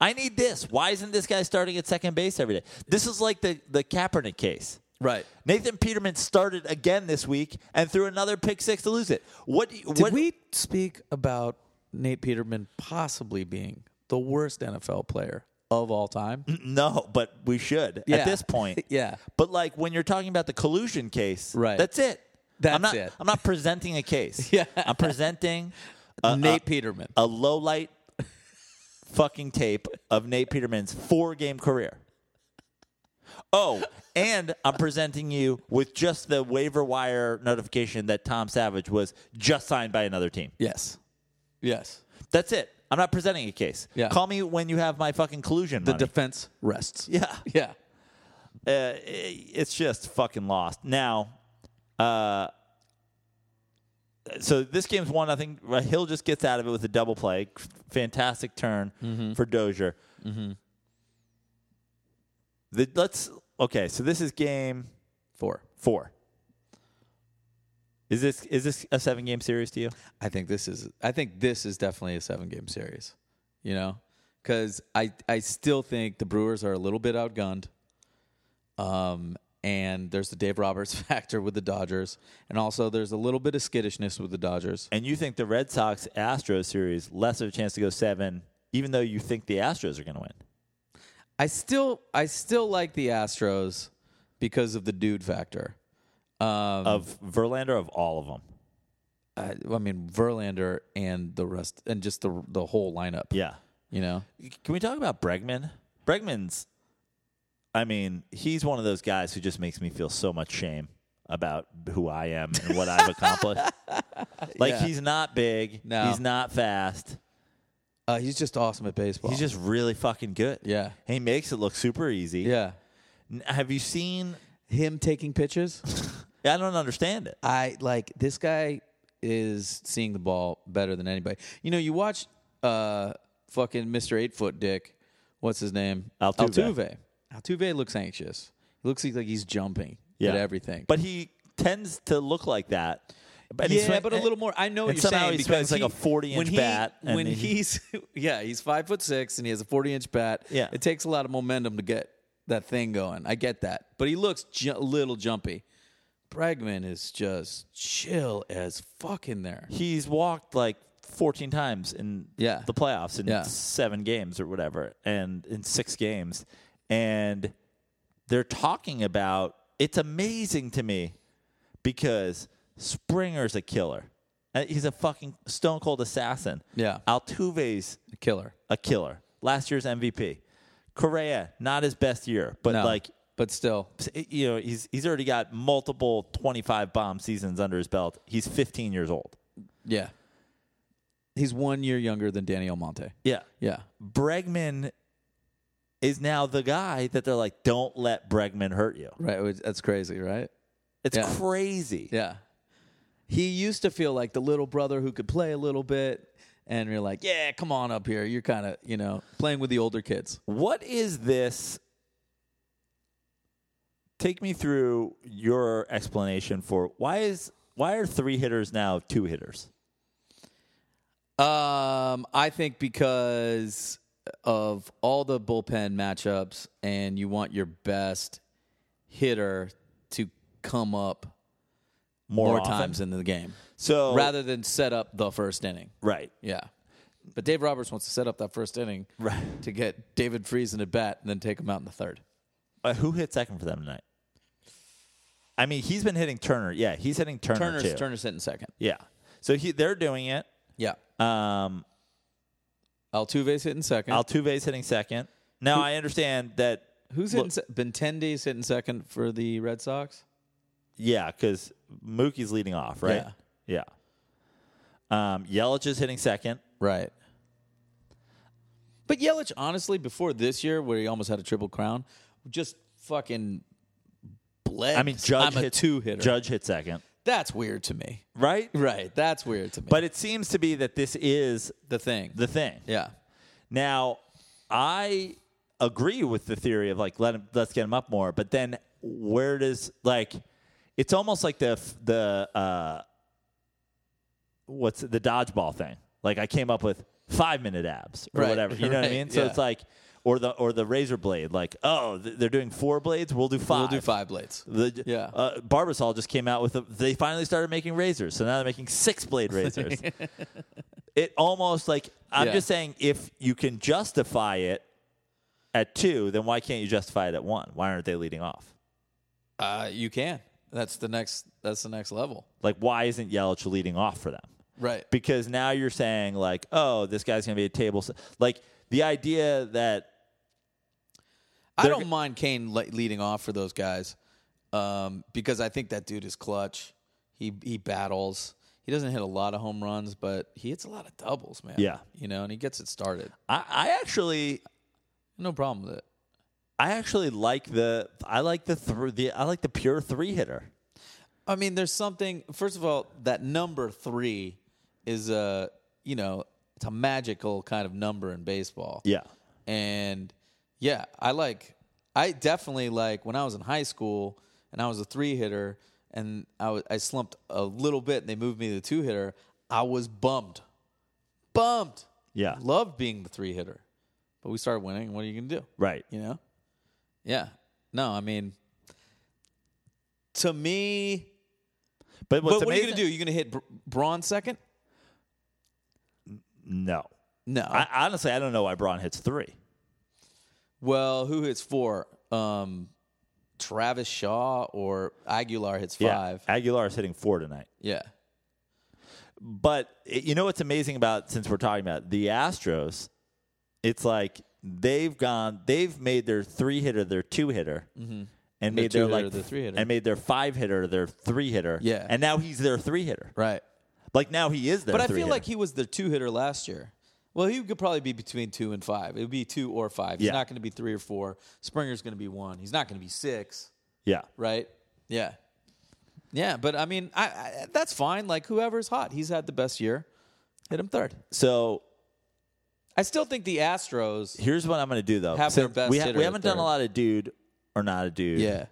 Speaker 1: I need this. Why isn't this guy starting at second base every day? This is like the the Kaepernick case.
Speaker 2: right.
Speaker 1: Nathan Peterman started again this week and threw another pick six to lose it. What? do you-
Speaker 2: Did
Speaker 1: what,
Speaker 2: we speak about Nate Peterman possibly being the worst NFL player of all time?
Speaker 1: No, but we should
Speaker 2: Mm, Yeah.
Speaker 1: at this
Speaker 2: <laughs>
Speaker 1: point.
Speaker 2: Yeah.
Speaker 1: But like when you're talking about the collusion case,
Speaker 2: Right.
Speaker 1: That's it.
Speaker 2: That's
Speaker 1: I'm not,
Speaker 2: it.
Speaker 1: I'm not presenting a case.
Speaker 2: <laughs> Yeah.
Speaker 1: I'm presenting a,
Speaker 2: Nate Peterman.
Speaker 1: a low light fucking tape of Nate Peterman's four game career. Oh, and I'm presenting you with just the waiver wire notification that Tom Savage was just signed by another team.
Speaker 2: yes. Yes.
Speaker 1: That's it. I'm not presenting a case.
Speaker 2: Yeah.
Speaker 1: Call me when you have my fucking collusion.
Speaker 2: The
Speaker 1: money.
Speaker 2: defense rests.
Speaker 1: yeah.
Speaker 2: Yeah.
Speaker 1: Uh, it- it's just fucking lost. Now, uh, so this game's one nothing. Hill just gets out of it with a double play. Fantastic turn for Dozier. The, let's okay. So this is game
Speaker 2: Four.
Speaker 1: four. Is this is this a seven game series to you?
Speaker 2: I think this is I think this is definitely a seven game series. You know, because I I still think the Brewers are a little bit outgunned. Um, and there's the Dave Roberts <laughs> factor with the Dodgers, and also there's a little bit of skittishness with the Dodgers.
Speaker 1: And you think the Red Sox Astros series less of a chance to go seven, even though you think the Astros are going to win?
Speaker 2: I still I still like the Astros because of the dude factor. Um,
Speaker 1: Of Verlander, of all of them.
Speaker 2: I, I mean Verlander and the rest, and just the the whole lineup.
Speaker 1: Yeah.
Speaker 2: you know.
Speaker 1: Can we talk about Bregman? Bregman's, I mean, he's one of those guys who just makes me feel so much shame about who I am and what I've accomplished.
Speaker 2: <laughs>
Speaker 1: Like,
Speaker 2: Yeah.
Speaker 1: he's not big.
Speaker 2: No.
Speaker 1: He's not fast.
Speaker 2: Uh, he's just awesome at baseball.
Speaker 1: He's just really fucking good.
Speaker 2: Yeah.
Speaker 1: He makes it look super easy.
Speaker 2: yeah.
Speaker 1: N- Have you seen?
Speaker 2: Him taking pitches.
Speaker 1: I don't understand it.
Speaker 2: I like this guy is seeing the ball better than anybody. You know, you watch uh fucking Mr. Eight Foot Dick. What's his name?
Speaker 1: Altuve.
Speaker 2: Altuve. Altuve looks anxious. He looks like he's jumping at everything.
Speaker 1: But he tends to look like that. But he
Speaker 2: yeah,
Speaker 1: swing-
Speaker 2: but a little more. I know what
Speaker 1: and
Speaker 2: you're
Speaker 1: somehow
Speaker 2: saying
Speaker 1: he
Speaker 2: because
Speaker 1: swings like a
Speaker 2: he-
Speaker 1: 40
Speaker 2: when
Speaker 1: inch
Speaker 2: he-
Speaker 1: bat. and
Speaker 2: When
Speaker 1: he-
Speaker 2: he's <laughs> yeah, he's five foot six and he has a 40 inch bat.
Speaker 1: Yeah.
Speaker 2: it takes a lot of momentum to get that thing going. I get that, but he looks ju- a little jumpy. Bregman is just chill as fuck in there.
Speaker 1: he's walked like 14 times in
Speaker 2: Yeah.
Speaker 1: the playoffs in
Speaker 2: Yeah.
Speaker 1: seven games or whatever, and in six games. And they're talking about it's amazing to me because Springer's a killer. Uh, He's a fucking stone cold assassin.
Speaker 2: Yeah.
Speaker 1: Altuve's
Speaker 2: Killer,
Speaker 1: a killer. Last year's MVP. Correa, not his best year, but
Speaker 2: No,
Speaker 1: like
Speaker 2: but still,
Speaker 1: you know, he's he's already got multiple 25 bomb seasons under his belt. He's 15 years old.
Speaker 2: yeah, he's one year younger than Danny Almonte.
Speaker 1: Yeah.
Speaker 2: Yeah,
Speaker 1: Bregman is now the guy that they're like, don't let Bregman hurt you.
Speaker 2: right. which- That's crazy, right?
Speaker 1: It's
Speaker 2: Yeah.
Speaker 1: crazy.
Speaker 2: Yeah. He used to feel like the little brother who could play a little bit. And you're like, yeah, come on up here. You're kind of, you know, playing with the older kids.
Speaker 1: What is this? Take me through your explanation for why is why are three hitters now two hitters?
Speaker 2: Um, I think because of all the bullpen matchups, and you want your best hitter to come up
Speaker 1: More,
Speaker 2: more
Speaker 1: often?
Speaker 2: times in the game
Speaker 1: So
Speaker 2: rather than set up the first inning.
Speaker 1: right,
Speaker 2: Yeah. But Dave Roberts wants to set up that first inning
Speaker 1: right.
Speaker 2: to get David Freeze in a bat and then take him out in the third.
Speaker 1: Uh, who hit second for them tonight? I mean, he's been hitting Turner. Yeah, he's hitting Turner
Speaker 2: Turner's,
Speaker 1: too.
Speaker 2: Turner's hitting second.
Speaker 1: Yeah, so he, they're doing it.
Speaker 2: Yeah.
Speaker 1: Um,
Speaker 2: Altuve's hitting second.
Speaker 1: Altuve's hitting second. Now I understand that.
Speaker 2: Who's hitting? Se- Bentendi's hitting second for the Red Sox.
Speaker 1: Yeah, because Mookie's leading off, right? Yeah. Um, Yelich is hitting second.
Speaker 2: Right. But Yelich, honestly, before this year, where he almost had a triple crown, just fucking bled.
Speaker 1: I mean, Judge
Speaker 2: I'm
Speaker 1: hit
Speaker 2: a two hitter.
Speaker 1: Judge hit second,
Speaker 2: That's weird to me.
Speaker 1: right?
Speaker 2: Right. That's weird to me.
Speaker 1: But it seems to be that this is
Speaker 2: the thing.
Speaker 1: the thing.
Speaker 2: yeah.
Speaker 1: Now, I agree with the theory of like let him, let's get him up more, but then where does like it's almost like the f- the uh what's it- the dodgeball thing. Like I came up with 5 minute abs or
Speaker 2: Right,
Speaker 1: whatever, you know what I
Speaker 2: right,
Speaker 1: mean? So
Speaker 2: yeah.
Speaker 1: it's like or the or the razor blade like oh th- they're doing four blades, we'll do 5.
Speaker 2: We'll do five blades.
Speaker 1: The,
Speaker 2: Yeah.
Speaker 1: uh, Barbasol just came out with a, they finally started making razors, so now they're making six blade
Speaker 2: <laughs>
Speaker 1: razors. it almost like I'm
Speaker 2: Yeah.
Speaker 1: just saying if you can justify it at two, then why can't you justify it at one? Why aren't they leading off?
Speaker 2: Uh, you can. That's the next. That's the next level.
Speaker 1: Like why isn't Yelich leading off for them?
Speaker 2: Right.
Speaker 1: Because now you're saying like, oh, this guy's gonna be a table. s- Like the idea that
Speaker 2: I
Speaker 1: They're
Speaker 2: don't
Speaker 1: g-
Speaker 2: mind Kane le- leading off for those guys um, because I think that dude is clutch. He he battles. He doesn't hit a lot of home runs, but he hits a lot of doubles, man.
Speaker 1: Yeah.
Speaker 2: you know, and he gets it started.
Speaker 1: I, I actually
Speaker 2: No problem with it.
Speaker 1: I actually like the I like the th- the I like the pure three hitter.
Speaker 2: I mean, there's something. First of all, that number three is a you know it's a magical kind of number in baseball.
Speaker 1: Yeah.
Speaker 2: and yeah, I like. I definitely like when I was in high school and I was a three hitter and I was I slumped a little bit and they moved me to the two hitter. I was bummed, bummed.
Speaker 1: Yeah.
Speaker 2: loved being the three hitter, but we started winning. and What are you gonna do?
Speaker 1: Right.
Speaker 2: You know? Yeah. No, I mean, to me,
Speaker 1: But what's
Speaker 2: but what are
Speaker 1: amazing-
Speaker 2: you going to do? You going to hit Br- Braun second?
Speaker 1: No.
Speaker 2: No.
Speaker 1: I honestly I don't know why Braun hits three.
Speaker 2: well, who hits four? Um, Travis Shaw or Aguilar hits five.
Speaker 1: Yeah. Aguilar is hitting four tonight.
Speaker 2: Yeah.
Speaker 1: But it, you know what's amazing about since we're talking about the Astros, it's like they've gone, they've made their three hitter their two hitter, and made their
Speaker 2: two-hitter
Speaker 1: like
Speaker 2: Mm-hmm. their three-hitter.
Speaker 1: and made their five hitter their three hitter.
Speaker 2: Yeah.
Speaker 1: and now he's their three hitter.
Speaker 2: Right.
Speaker 1: Like now he is their.
Speaker 2: But I feel
Speaker 1: three-hitter.
Speaker 2: like he was the two hitter last year. Well, he could probably be between two and five. It would be two or five. He's
Speaker 1: Yeah.
Speaker 2: not going to be three or four. Springer's going to be one. He's not going to be six.
Speaker 1: yeah,
Speaker 2: right? Yeah, yeah. But I mean, I, I that's fine. Like whoever's hot, he's had the best year. Hit him third.
Speaker 1: so.
Speaker 2: I still think the Astros.
Speaker 1: Here's what I'm going to do though.
Speaker 2: Have their
Speaker 1: Since
Speaker 2: best
Speaker 1: we,
Speaker 2: hitter
Speaker 1: we haven't done
Speaker 2: third.
Speaker 1: a lot of dude or not a dude.
Speaker 2: Yeah,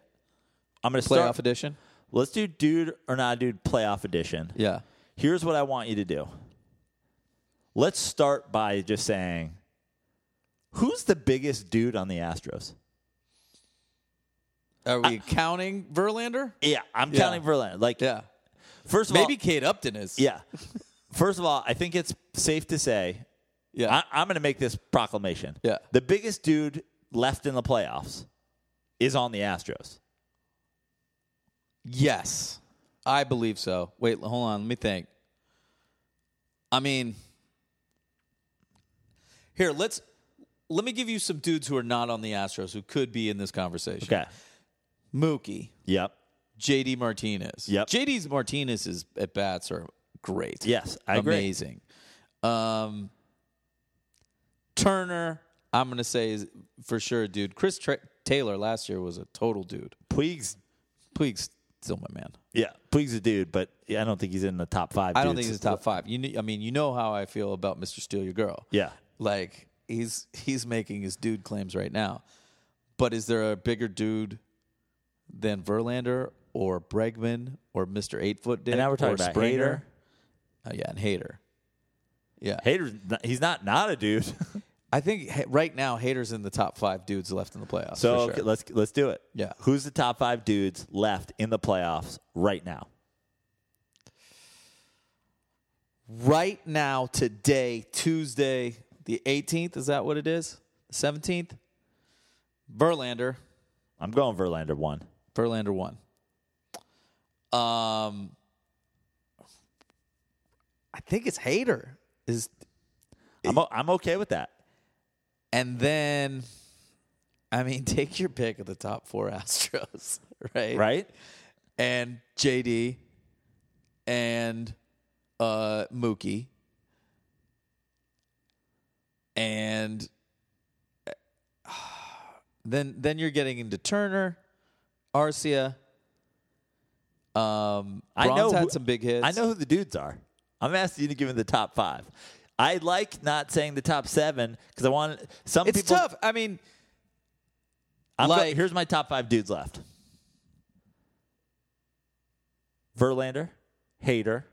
Speaker 1: I'm going to
Speaker 2: playoff
Speaker 1: start.
Speaker 2: edition.
Speaker 1: Let's do dude or not a dude playoff edition.
Speaker 2: Yeah,
Speaker 1: here's what I want you to do. Let's start by just saying who's the biggest dude on the Astros?
Speaker 2: are we counting Verlander?
Speaker 1: Yeah, I'm
Speaker 2: Yeah.
Speaker 1: counting Verlander. Like,
Speaker 2: Yeah,
Speaker 1: first of
Speaker 2: maybe
Speaker 1: all,
Speaker 2: Kate Upton
Speaker 1: <laughs>
Speaker 2: is.
Speaker 1: yeah. First of all, I think it's safe to say
Speaker 2: yeah.
Speaker 1: I, I'm going to make this proclamation.
Speaker 2: Yeah.
Speaker 1: the biggest dude left in the playoffs is on the Astros.
Speaker 2: yes, I believe so. Wait, hold on. Let me think. I mean, here let's let me give you some dudes who are not on the Astros who could be in this conversation.
Speaker 1: Okay.
Speaker 2: Mookie.
Speaker 1: Yep.
Speaker 2: JD Martinez.
Speaker 1: Yep.
Speaker 2: JD Martinez is at bats are great.
Speaker 1: Yes, I agree.
Speaker 2: Amazing. Um Turner, I'm going to say is for sure a dude. Chris Tra- Taylor last year was a total dude.
Speaker 1: Puig's.
Speaker 2: Puig's still my man.
Speaker 1: Yeah, Puig's a dude, but yeah, I don't think he's in the top five.
Speaker 2: I don't
Speaker 1: dudes.
Speaker 2: think he's a top 5. You kn- I mean, you know how I feel about Mr. Steal Your Girl.
Speaker 1: Yeah,
Speaker 2: Like he's he's making his dude claims right now. But is there a bigger dude than Verlander or Bregman or Mr. Eight Foot Dick
Speaker 1: now we're talking
Speaker 2: or
Speaker 1: about
Speaker 2: Springer? Oh yeah, and Hater. Yeah,
Speaker 1: Hater's. not- He's not not a dude. <laughs>
Speaker 2: I think ha- right now Hater's in the top five dudes left in the playoffs.
Speaker 1: So
Speaker 2: for
Speaker 1: okay,
Speaker 2: sure.
Speaker 1: let's let's do it.
Speaker 2: Yeah.
Speaker 1: Who's the top five dudes left in the playoffs right now?
Speaker 2: right now, today, Tuesday, the 18th, is that what it is? 17th. Verlander,
Speaker 1: I'm going Verlander one.
Speaker 2: Verlander won. Um, I think it's Hater is,
Speaker 1: I'm o- I'm okay with that.
Speaker 2: and then, I mean, <laughs> take your pick of the top four Astros, <laughs> right?
Speaker 1: Right?
Speaker 2: and JD and uh, Mookie and uh, then then you're getting into Turner, Arcia. Um,
Speaker 1: I
Speaker 2: Braun's
Speaker 1: know
Speaker 2: had
Speaker 1: who-
Speaker 2: some big hits.
Speaker 1: I know who the dudes are. I'm asking you to give me the top five. I like not saying the top seven because I want some
Speaker 2: it's
Speaker 1: people.
Speaker 2: tough. I mean,
Speaker 1: I'm go-
Speaker 2: Like-
Speaker 1: here's my top five dudes left: Verlander, Hater.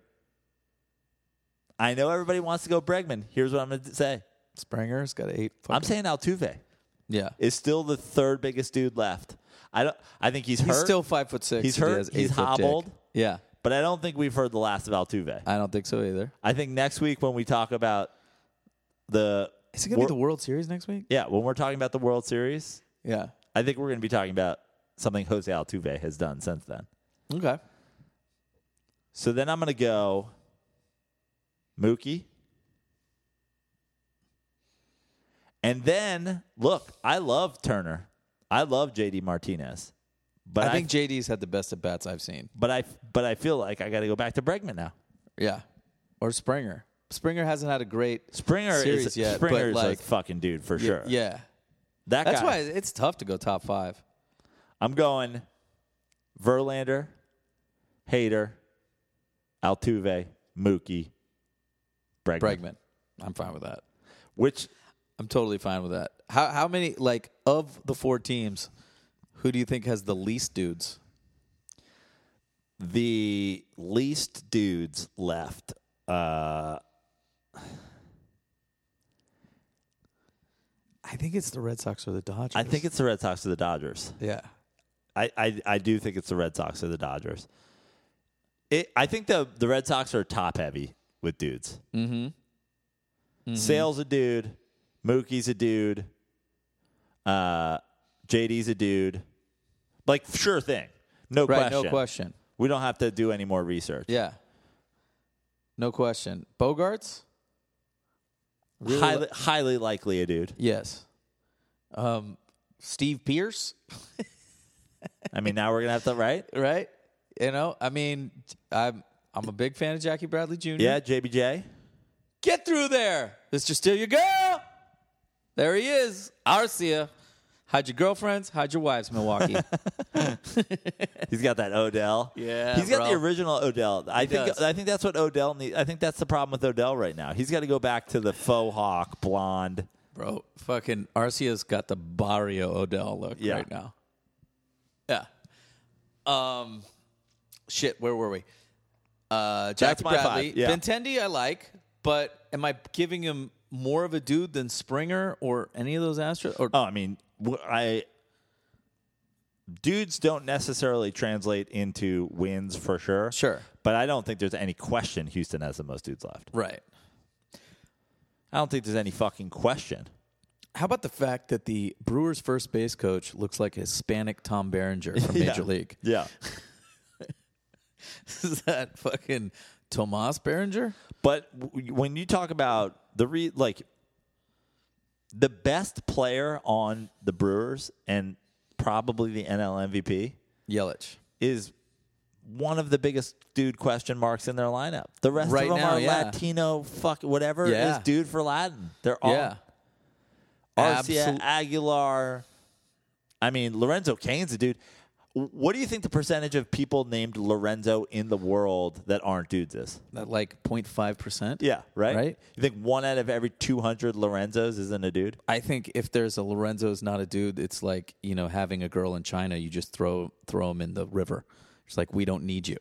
Speaker 1: I know everybody wants to go Bregman. Here's what I'm going to say.
Speaker 2: Springer's got eight.
Speaker 1: I'm saying Altuve.
Speaker 2: yeah,
Speaker 1: is still the third biggest dude left. I don't. I think he's,
Speaker 2: he's
Speaker 1: hurt,
Speaker 2: still five foot six.
Speaker 1: He's
Speaker 2: and he
Speaker 1: hurt.
Speaker 2: has
Speaker 1: He's
Speaker 2: eight foot dick.
Speaker 1: hobbled.
Speaker 2: Yeah,
Speaker 1: but I don't think we've heard the last of Altuve.
Speaker 2: I don't think so either.
Speaker 1: I think next week when we talk about the
Speaker 2: Is it gonna
Speaker 1: Wor-
Speaker 2: be the World Series next week?
Speaker 1: yeah when we're talking about the World Series,
Speaker 2: Yeah.
Speaker 1: I think we're going to be talking about something Jose Altuve has done since then.
Speaker 2: Okay.
Speaker 1: So then I'm going to go Mookie. And then look, I love Turner. I love JD Martinez. But
Speaker 2: I think JD's had the best at bats I've seen.
Speaker 1: but I but I feel like I got to go back to Bregman now.
Speaker 2: Yeah. Or Springer. Springer hasn't had a great
Speaker 1: Springer
Speaker 2: series
Speaker 1: is
Speaker 2: yet.
Speaker 1: Springer
Speaker 2: but
Speaker 1: is
Speaker 2: like,
Speaker 1: a fucking dude for sure.
Speaker 2: yeah.
Speaker 1: That
Speaker 2: That's
Speaker 1: guy.
Speaker 2: why it's tough to go top five.
Speaker 1: I'm going Verlander, Hayter, Altuve, Mookie, Bregman.
Speaker 2: Bregman. I'm fine with that.
Speaker 1: Which
Speaker 2: I'm totally fine with that. How how many like of the four teams, who do you think has the least dudes?
Speaker 1: the least dudes left. Uh,
Speaker 2: I think it's the Red Sox or the Dodgers.
Speaker 1: I think it's the Red Sox or the Dodgers.
Speaker 2: yeah.
Speaker 1: I, I, I do think it's the Red Sox or the Dodgers. It, I think the, the Red Sox are top heavy with dudes. Mm-hmm.
Speaker 2: Mm-hmm.
Speaker 1: Sale's a dude. Mookie's a dude. Uh, JD's a dude. Like, sure thing. No
Speaker 2: Right,
Speaker 1: question.
Speaker 2: no question.
Speaker 1: We don't have to do any more research.
Speaker 2: Yeah. No question. Bogarts? Really
Speaker 1: highly,
Speaker 2: li-
Speaker 1: highly likely a dude.
Speaker 2: yes. Um, Steve Pierce,
Speaker 1: I mean, now we're going to have to, right?
Speaker 2: right? You know, I mean, I'm I'm a big fan of Jackie Bradley Jr.
Speaker 1: Yeah, JBJ.
Speaker 2: Get through there. Mr. Steal Your Girl. There he is. Arcia. Hide your girlfriends, hide your
Speaker 1: <laughs>
Speaker 2: wives, Milwaukee.
Speaker 1: He's got that Odell.
Speaker 2: Yeah,
Speaker 1: he's got
Speaker 2: bro.
Speaker 1: the original Odell. I think
Speaker 2: does.
Speaker 1: I think that's what Odell needs. I think that's the problem with Odell right now. He's got to go back to the faux hawk blonde.
Speaker 2: Bro, fucking Arcia's got the Barrio Odell look
Speaker 1: Yeah.
Speaker 2: right now. Yeah. Um shit, where were we? Uh Jackie
Speaker 1: my five,
Speaker 2: Bradley.
Speaker 1: yeah.
Speaker 2: Benintendi I like, but am I giving him more of a dude than Springer or any of those Astros? Or
Speaker 1: Oh, I mean, wh- I dudes don't necessarily translate into wins for sure.
Speaker 2: Sure.
Speaker 1: but I don't think there's any question Houston has the most dudes left.
Speaker 2: right.
Speaker 1: I don't think there's any fucking question.
Speaker 2: How about the fact that the Brewers first base coach looks like Hispanic Tom Berenger <laughs> from Major
Speaker 1: Yeah.
Speaker 2: League?
Speaker 1: Yeah,
Speaker 2: Is that fucking Tomas Berenger?
Speaker 1: <laughs> but w- when you talk about the re like the best player on the Brewers and probably the NL MVP.
Speaker 2: Yelich.
Speaker 1: is one of the biggest dude question marks in their lineup. The rest
Speaker 2: Right
Speaker 1: of them
Speaker 2: now,
Speaker 1: are
Speaker 2: yeah.
Speaker 1: Latino, fuck whatever
Speaker 2: Yeah.
Speaker 1: is dude for Latin. They're all
Speaker 2: Yeah.
Speaker 1: Arcia,
Speaker 2: Absol-
Speaker 1: Aguilar. I mean, Lorenzo Kane's a dude. What do you think the percentage of people named Lorenzo in the world that aren't dudes is?
Speaker 2: That like 0.5%?
Speaker 1: Yeah, right.
Speaker 2: Right.
Speaker 1: You think one out of every two hundred Lorenzos isn't a dude?
Speaker 2: I think if there's a Lorenzo's not a dude, it's like you know having a girl in China. You just throw throw him in the river. It's like we don't need you.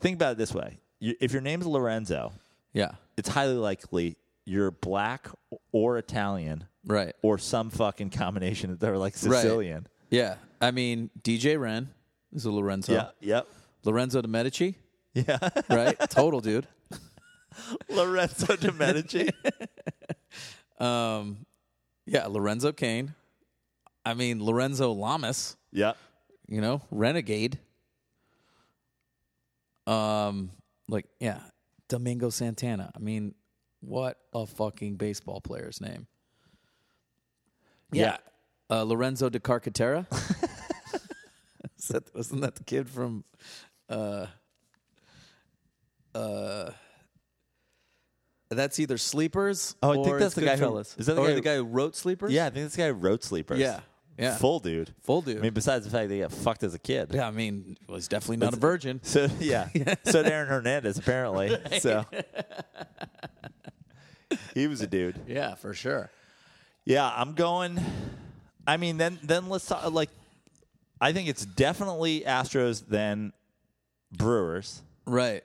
Speaker 1: Think about it this way: you, if your name's Lorenzo,
Speaker 2: Yeah,
Speaker 1: it's highly likely you're black or Italian
Speaker 2: right.
Speaker 1: or some fucking combination that they're like Sicilian.
Speaker 2: Yeah, I mean DJ Ren is a Lorenzo.
Speaker 1: Yeah.
Speaker 2: Lorenzo de Medici,
Speaker 1: Yep. Yeah.
Speaker 2: right? Total dude.
Speaker 1: Lorenzo de Medici.
Speaker 2: Um, yeah, Lorenzo Kane. I mean Lorenzo Lamas.
Speaker 1: <laughs> yeah.
Speaker 2: You know, renegade. Um, like yeah, Domingo Santana. I mean, what a fucking baseball player's name.
Speaker 1: Yeah.
Speaker 2: Uh, Lorenzo de Carcaterra. <laughs> Is that- wasn't that the kid from uh uh that's either Sleepers
Speaker 1: Oh, I
Speaker 2: or
Speaker 1: think that's
Speaker 2: it's
Speaker 1: the guy who-
Speaker 2: Goodfellas.
Speaker 1: is that the
Speaker 2: Or
Speaker 1: guy who-
Speaker 2: the guy who wrote Sleepers?
Speaker 1: Yeah, I think this guy wrote Sleepers.
Speaker 2: Yeah. Yeah.
Speaker 1: Full dude.
Speaker 2: Full dude.
Speaker 1: I mean, besides the fact that he got fucked as a kid.
Speaker 2: yeah, I mean, well, he's definitely not a virgin.
Speaker 1: So <laughs> yeah. so did Aaron Hernandez <laughs> apparently. So he was a dude.
Speaker 2: Yeah, for sure.
Speaker 1: Yeah, I'm going. I mean, then then let's talk. Like, I think it's definitely Astros then Brewers.
Speaker 2: Right.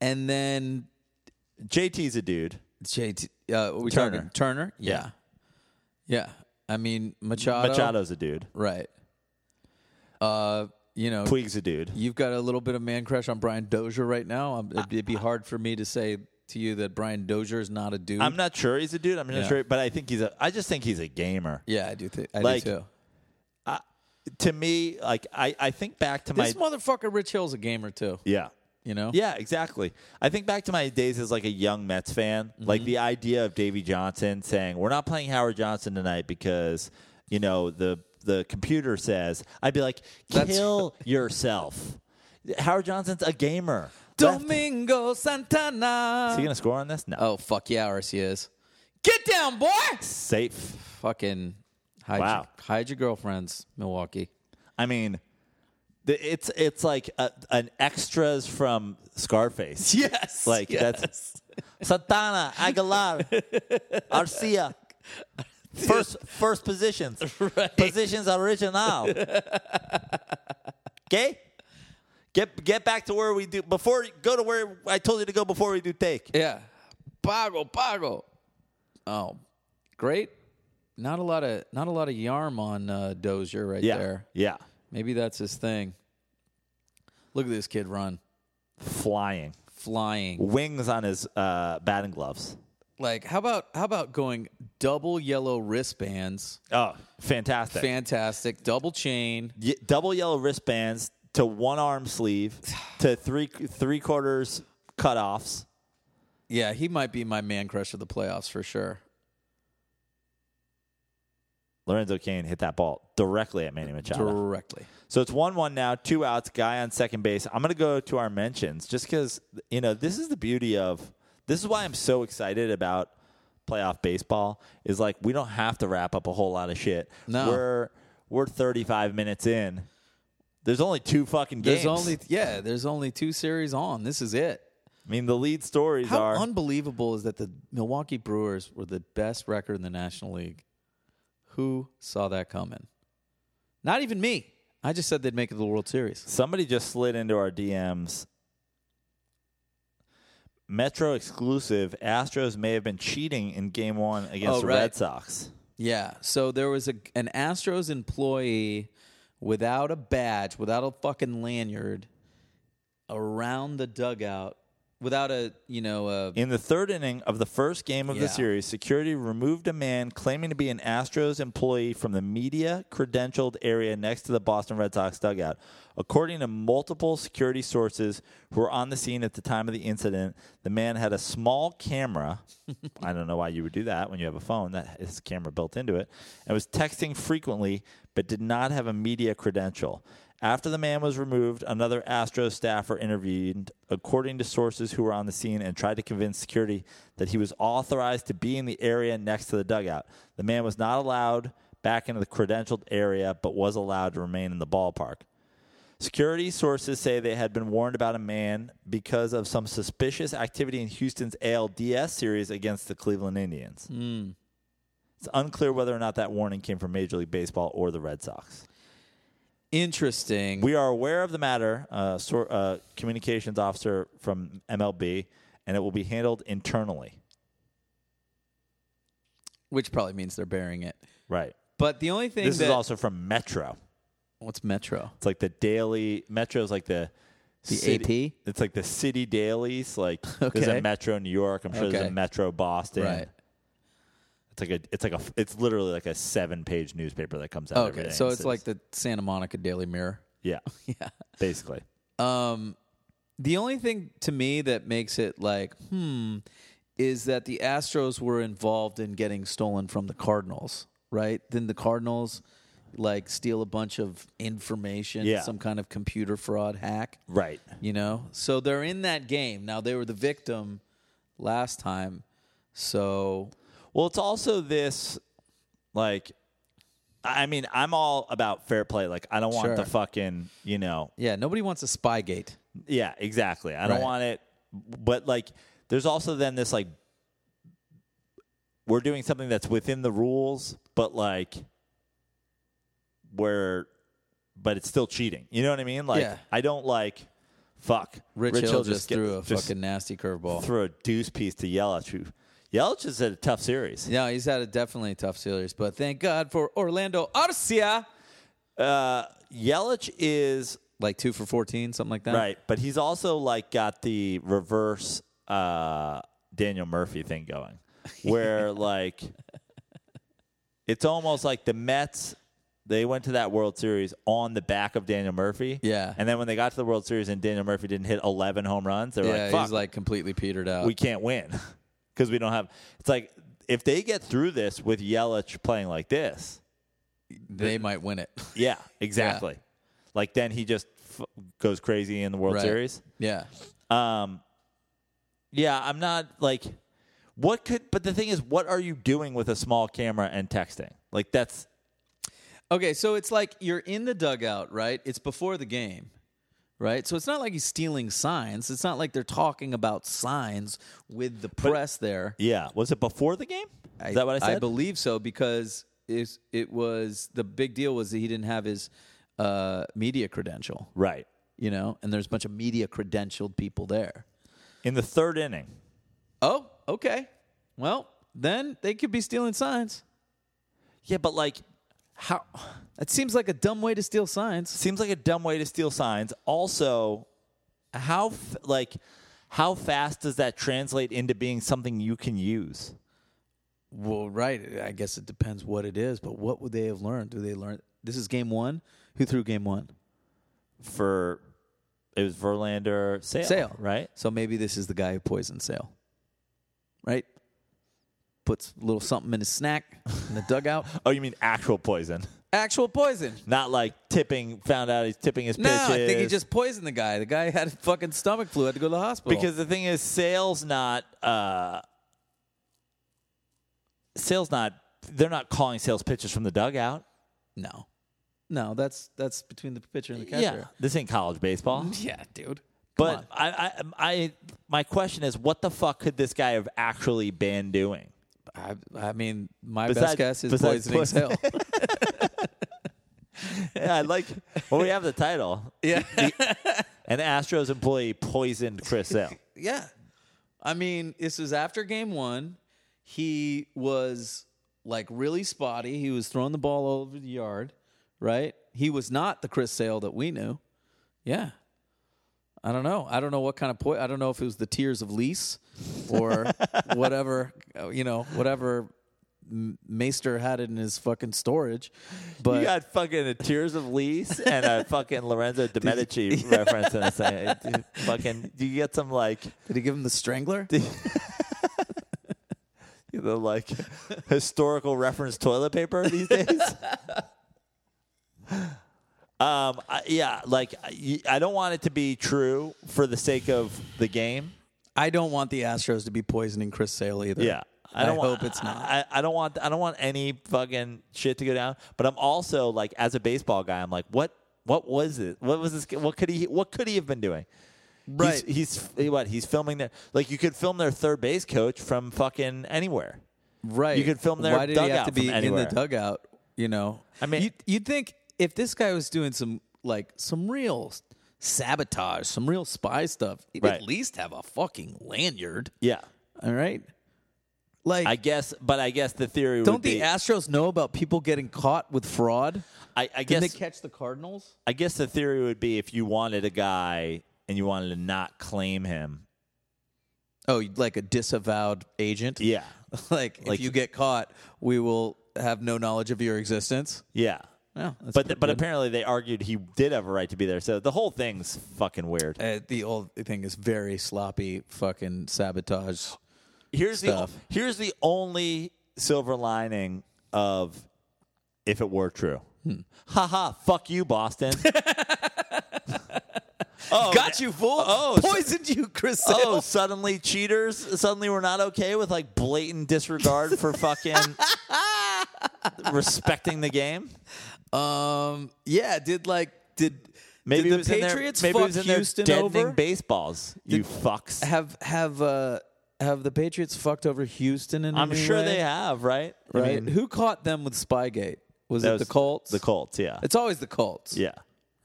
Speaker 2: And then
Speaker 1: JT's a dude.
Speaker 2: JT, uh, what we
Speaker 1: Turner.
Speaker 2: talking? Turner? Yeah. yeah. I mean, Machado.
Speaker 1: Machado's a dude.
Speaker 2: Right. Uh, you know,
Speaker 1: Puig's a dude.
Speaker 2: you've got a little bit of man crush on Brian Dozier right now. Um, It'd, it'd be hard for me to say to you that Brian Dozier is not a dude.
Speaker 1: I'm not sure he's a dude. I'm not
Speaker 2: Yeah.
Speaker 1: sure, but I think he's a. I just think he's a gamer.
Speaker 2: yeah, I do, think I
Speaker 1: Like,
Speaker 2: do too.
Speaker 1: To me, like I, I think back to my
Speaker 2: This motherfucker Rich Hill's a gamer too.
Speaker 1: yeah,
Speaker 2: You know?
Speaker 1: yeah, exactly. I think back to my days as like a young Mets fan.
Speaker 2: Mm-hmm.
Speaker 1: Like the idea of Davey Johnson saying, "We're not playing Howard Johnson tonight because you know the the computer says." I'd be like,
Speaker 2: That's-
Speaker 1: "Kill yourself." Howard Johnson's a gamer. Left-
Speaker 2: Domingo
Speaker 1: Is he
Speaker 2: Santana.
Speaker 1: gonna score on this? No.
Speaker 2: Oh fuck yeah, RC is. Get down, boy.
Speaker 1: Safe.
Speaker 2: Fucking hide,
Speaker 1: Wow.
Speaker 2: your, hide your girlfriends,
Speaker 1: <laughs>
Speaker 2: Milwaukee.
Speaker 1: I mean, th- it's it's like a, an extras from <laughs> Scarface.
Speaker 2: Yes.
Speaker 1: Like that's Santana, <laughs> Aguilar, Arcia. First first <laughs> positions. Positions original. okay? Get get back to where we do before go to where I told you to go before we do take.
Speaker 2: Yeah. Pago, pago. Oh, great. Not a lot of not a lot of yarm on uh, Dozier right
Speaker 1: Yeah.
Speaker 2: there.
Speaker 1: Yeah.
Speaker 2: Maybe that's his thing. Look at this kid run,
Speaker 1: Flying.
Speaker 2: flying.
Speaker 1: Wings on his uh, batting gloves.
Speaker 2: Like how about how about going double yellow wristbands?
Speaker 1: Oh, fantastic.
Speaker 2: Fantastic. Double chain.
Speaker 1: Ye- double yellow wristbands to one arm sleeve to three three quarters cutoffs.
Speaker 2: Yeah, he might be my man crush of the playoffs for sure.
Speaker 1: Lorenzo Kane hit that ball directly at Manny Machado.
Speaker 2: Directly.
Speaker 1: so it's one one now, two outs, guy on second base. I'm gonna go to our mentions just because you know this is the beauty of this is why I'm so excited about playoff baseball is like we don't have to wrap up a whole lot of shit.
Speaker 2: No.
Speaker 1: We're we're 35 minutes in. There's only two fucking games.
Speaker 2: There's only yeah, there's only two series on. This is it.
Speaker 1: I mean, the lead stories
Speaker 2: How
Speaker 1: are
Speaker 2: unbelievable is that the Milwaukee Brewers were the best record in the National League? Who saw that coming? Not even me. I just said they'd make it to the World Series.
Speaker 1: Somebody just slid into our DMs. Metro exclusive Astros may have been cheating in game one against
Speaker 2: Oh,
Speaker 1: the
Speaker 2: right.
Speaker 1: Red Sox.
Speaker 2: Yeah. So there was a an Astros employee without a badge, without a fucking lanyard, around the dugout, without a you know a
Speaker 1: In the third inning of the first game of
Speaker 2: Yeah.
Speaker 1: the series, security removed a man claiming to be an Astros employee from the media credentialed area next to the Boston Red Sox dugout. According to multiple security sources who were on the scene at the time of the incident, the man had a small camera. I don't know why you would do that when you have a phone that is camera built into it, and was texting frequently but did not have a media credential. After the man was removed, another Astros staffer intervened, according to sources who were on the scene, and tried to convince security that he was authorized to be in the area next to the dugout. The man was not allowed back into the credentialed area, but was allowed to remain in the ballpark. Security sources say they had been warned about a man because of some suspicious activity in Houston's ALDS series against the Cleveland Indians. It's unclear whether or not that warning came from Major League Baseball or the Red Sox.
Speaker 2: interesting.
Speaker 1: We are aware of the matter, uh, sor- uh, communications officer from MLB, and it will be handled internally.
Speaker 2: which probably means they're burying it.
Speaker 1: Right.
Speaker 2: But the only thing
Speaker 1: This
Speaker 2: that
Speaker 1: is also from Metro.
Speaker 2: what's Metro?
Speaker 1: It's like the daily Metro's like the
Speaker 2: The AP?
Speaker 1: It's like the city dailies.
Speaker 2: <laughs>
Speaker 1: Like there's
Speaker 2: Okay.
Speaker 1: a Metro New York. I'm sure there's a
Speaker 2: Okay.
Speaker 1: Metro Boston.
Speaker 2: Right.
Speaker 1: It's like a. It's like a. It's literally like a seven page newspaper that comes out. every
Speaker 2: Okay,
Speaker 1: day
Speaker 2: so
Speaker 1: in
Speaker 2: it's
Speaker 1: cities.
Speaker 2: like the Santa Monica Daily Mirror.
Speaker 1: yeah,
Speaker 2: <laughs> Yeah.
Speaker 1: basically.
Speaker 2: Um, the only thing to me that makes it like, hmm, is that the Astros were involved in getting stolen from the Cardinals, right? Then the Cardinals like steal a bunch of information,
Speaker 1: Yeah.
Speaker 2: some kind of computer fraud hack,
Speaker 1: Right.
Speaker 2: you know? So they're in that game. Now they were the victim last time. So
Speaker 1: Well, it's also this, like, I mean, I'm all about fair play. Like, I don't want
Speaker 2: Sure.
Speaker 1: the fucking, you know,
Speaker 2: yeah, nobody wants a spygate.
Speaker 1: Yeah, exactly. I don't
Speaker 2: Right.
Speaker 1: want it, but like, there's also then this like, we're doing something that's within the rules, but like, we're, but it's still cheating. You know what I mean? Like,
Speaker 2: Yeah.
Speaker 1: I don't like, fuck.
Speaker 2: Rich, Hill, just,
Speaker 1: get-
Speaker 2: threw a
Speaker 1: just
Speaker 2: fucking nasty curveball.
Speaker 1: threw a deuce piece to Yelich. Who, Yelich is at a tough series.
Speaker 2: No, he's had a definitely tough series, but thank God for Orlando Arcia.
Speaker 1: Uh, Yelich is
Speaker 2: Like two for 14, something like that.
Speaker 1: right, but he's also like got the reverse uh, Daniel Murphy thing going,
Speaker 2: <laughs>
Speaker 1: where like it's almost like the Mets. They went to that World Series on the back of Daniel Murphy.
Speaker 2: Yeah.
Speaker 1: And then when they got to the World Series and Daniel Murphy didn't hit 11 home runs, they're
Speaker 2: Yeah,
Speaker 1: like, fuck,
Speaker 2: he's like uh, completely petered out.
Speaker 1: we can't win <laughs> because we don't have. It's like if they get through this with Yelich playing like this,
Speaker 2: they might win it. <laughs>
Speaker 1: yeah, exactly. Like then he just f- goes crazy in the World
Speaker 2: Right.
Speaker 1: Series.
Speaker 2: yeah.
Speaker 1: Um, yeah, I'm not like What could? But the thing is, what are you doing with a small camera and texting? Like that's
Speaker 2: Okay, so it's like you're in the dugout, right? It's before the game, right? So it's not like he's stealing signs. It's not like they're talking about signs with the press there.
Speaker 1: yeah. Was it before the game? Is that what I said?
Speaker 2: I believe so because it's, it was the big deal was that he didn't have his uh, media credential,
Speaker 1: right.
Speaker 2: you know, and there's a bunch of media credentialed people there.
Speaker 1: In the third inning,
Speaker 2: Oh, okay. Well, then they could be stealing signs.
Speaker 1: Yeah, but like, how?
Speaker 2: That seems like a dumb way to steal signs.
Speaker 1: Seems like a dumb way to steal signs. Also, how f- like how fast does that translate into being something you can use?
Speaker 2: Well, right. I guess it depends what it is, but what would they have learned? Do they learn? This is game one. Who threw game one?
Speaker 1: For it was Verlander Sale,
Speaker 2: Sale.
Speaker 1: right?
Speaker 2: So maybe this is the guy who poisoned Sale. Right? Puts a little something in his snack in the dugout.
Speaker 1: Oh, you mean actual poison,
Speaker 2: Actual poison.
Speaker 1: not like tipping? Found out he's tipping his
Speaker 2: No,
Speaker 1: pitches.
Speaker 2: I think he just poisoned the guy. The guy had a fucking stomach flu, had to go to the hospital.
Speaker 1: because the thing is, Sale's not. uh Sale's not. They're not calling Sale's pitches from the dugout.
Speaker 2: no. No, that's that's between the pitcher and the
Speaker 1: Yeah, <laughs>
Speaker 2: catcher.
Speaker 1: this ain't college baseball.
Speaker 2: Yeah, dude.
Speaker 1: But I, I, I, my question is, what the fuck could this guy have actually been doing?
Speaker 2: I, I mean, my
Speaker 1: Besides-
Speaker 2: best guess is
Speaker 1: besides
Speaker 2: poisoning Sale.
Speaker 1: Yeah, I like. <laughs> well, we have the title.
Speaker 2: yeah.
Speaker 1: An Astros employee poisoned Chris Sale.
Speaker 2: Yeah. I mean, this was after game one. He was like really spotty. He was throwing the ball all over the yard, right? He was not the Chris Sale that we knew. Yeah. I don't know. I don't know what kind of po- I don't know if it was the tears of lease
Speaker 1: <laughs>
Speaker 2: or whatever, you know, whatever M- Maester had in his fucking storage. But
Speaker 1: You got fucking a Tears of Lease and
Speaker 2: <laughs>
Speaker 1: a fucking Lorenzo de Medici reference in a second. Dude, Fucking, you get some like
Speaker 2: did he give him the strangler?
Speaker 1: the like historical reference toilet paper these days. <laughs> um, I, yeah, like I, I don't want it to be true for the sake of the game.
Speaker 2: I don't want the Astros to be poisoning Chris Sale either.
Speaker 1: Yeah.
Speaker 2: I,
Speaker 1: don't
Speaker 2: hope
Speaker 1: want,
Speaker 2: it's not.
Speaker 1: I, I don't want I don't want any fucking shit to go down. But I'm also like as a baseball guy, I'm like, what what was it? What was this what could he what could he have been doing?
Speaker 2: Right.
Speaker 1: He's, he's he- what, he's filming their like you could film their third base coach from fucking anywhere.
Speaker 2: Right.
Speaker 1: You could film their
Speaker 2: Why did he
Speaker 1: dugout
Speaker 2: have to
Speaker 1: from
Speaker 2: be in
Speaker 1: anywhere?
Speaker 2: the dugout? You know,
Speaker 1: I mean-
Speaker 2: you'd, you'd think if this guy was doing some like some real sabotage, some real spy stuff, he'd
Speaker 1: Right.
Speaker 2: at least have a fucking lanyard.
Speaker 1: Yeah.
Speaker 2: All right, like
Speaker 1: I guess but I guess the theory would
Speaker 2: don't
Speaker 1: be
Speaker 2: the Astros know about people getting caught with fraud?
Speaker 1: I, I
Speaker 2: Did
Speaker 1: guess
Speaker 2: they catch the Cardinals?
Speaker 1: I guess the theory would be if you wanted a guy and you wanted to not claim him.
Speaker 2: Oh, like a disavowed agent?
Speaker 1: Yeah.
Speaker 2: <laughs> like,
Speaker 1: Like-
Speaker 2: if you get caught, we will have no knowledge of your existence.
Speaker 1: Yeah.
Speaker 2: No, that's
Speaker 1: But, th-
Speaker 2: pretty
Speaker 1: but
Speaker 2: good.
Speaker 1: apparently they argued he did have a right to be there. So the whole thing's fucking weird.
Speaker 2: uh, the old thing is very sloppy fucking sabotage.
Speaker 1: here's
Speaker 2: stuff.
Speaker 1: the here's the only silver lining of if it were true.
Speaker 2: Hmm.
Speaker 1: Ha ha! Fuck you, Boston.
Speaker 2: <laughs>
Speaker 1: <laughs> oh,
Speaker 2: Got you, fool.
Speaker 1: Oh,
Speaker 2: <laughs>
Speaker 1: so-
Speaker 2: poisoned you, Chris.
Speaker 1: Oh, suddenly cheaters. Suddenly we're not okay with like blatant disregard for fucking
Speaker 2: <laughs>
Speaker 1: respecting the game.
Speaker 2: Um, yeah, did like did
Speaker 1: Maybe it
Speaker 2: did the
Speaker 1: was
Speaker 2: Patriots
Speaker 1: in there, maybe
Speaker 2: fuck
Speaker 1: it was in there
Speaker 2: Houston
Speaker 1: deadening
Speaker 2: over?
Speaker 1: baseballs. You fucks.
Speaker 2: <laughs> have have uh have the Patriots fucked over Houston? In
Speaker 1: I'm
Speaker 2: any
Speaker 1: sure
Speaker 2: way?
Speaker 1: they have, right? I
Speaker 2: Right?
Speaker 1: mean,
Speaker 2: Who caught them with Spygate? Was
Speaker 1: that
Speaker 2: it
Speaker 1: was
Speaker 2: the Colts?
Speaker 1: The Colts, yeah.
Speaker 2: It's always the Colts.
Speaker 1: Yeah.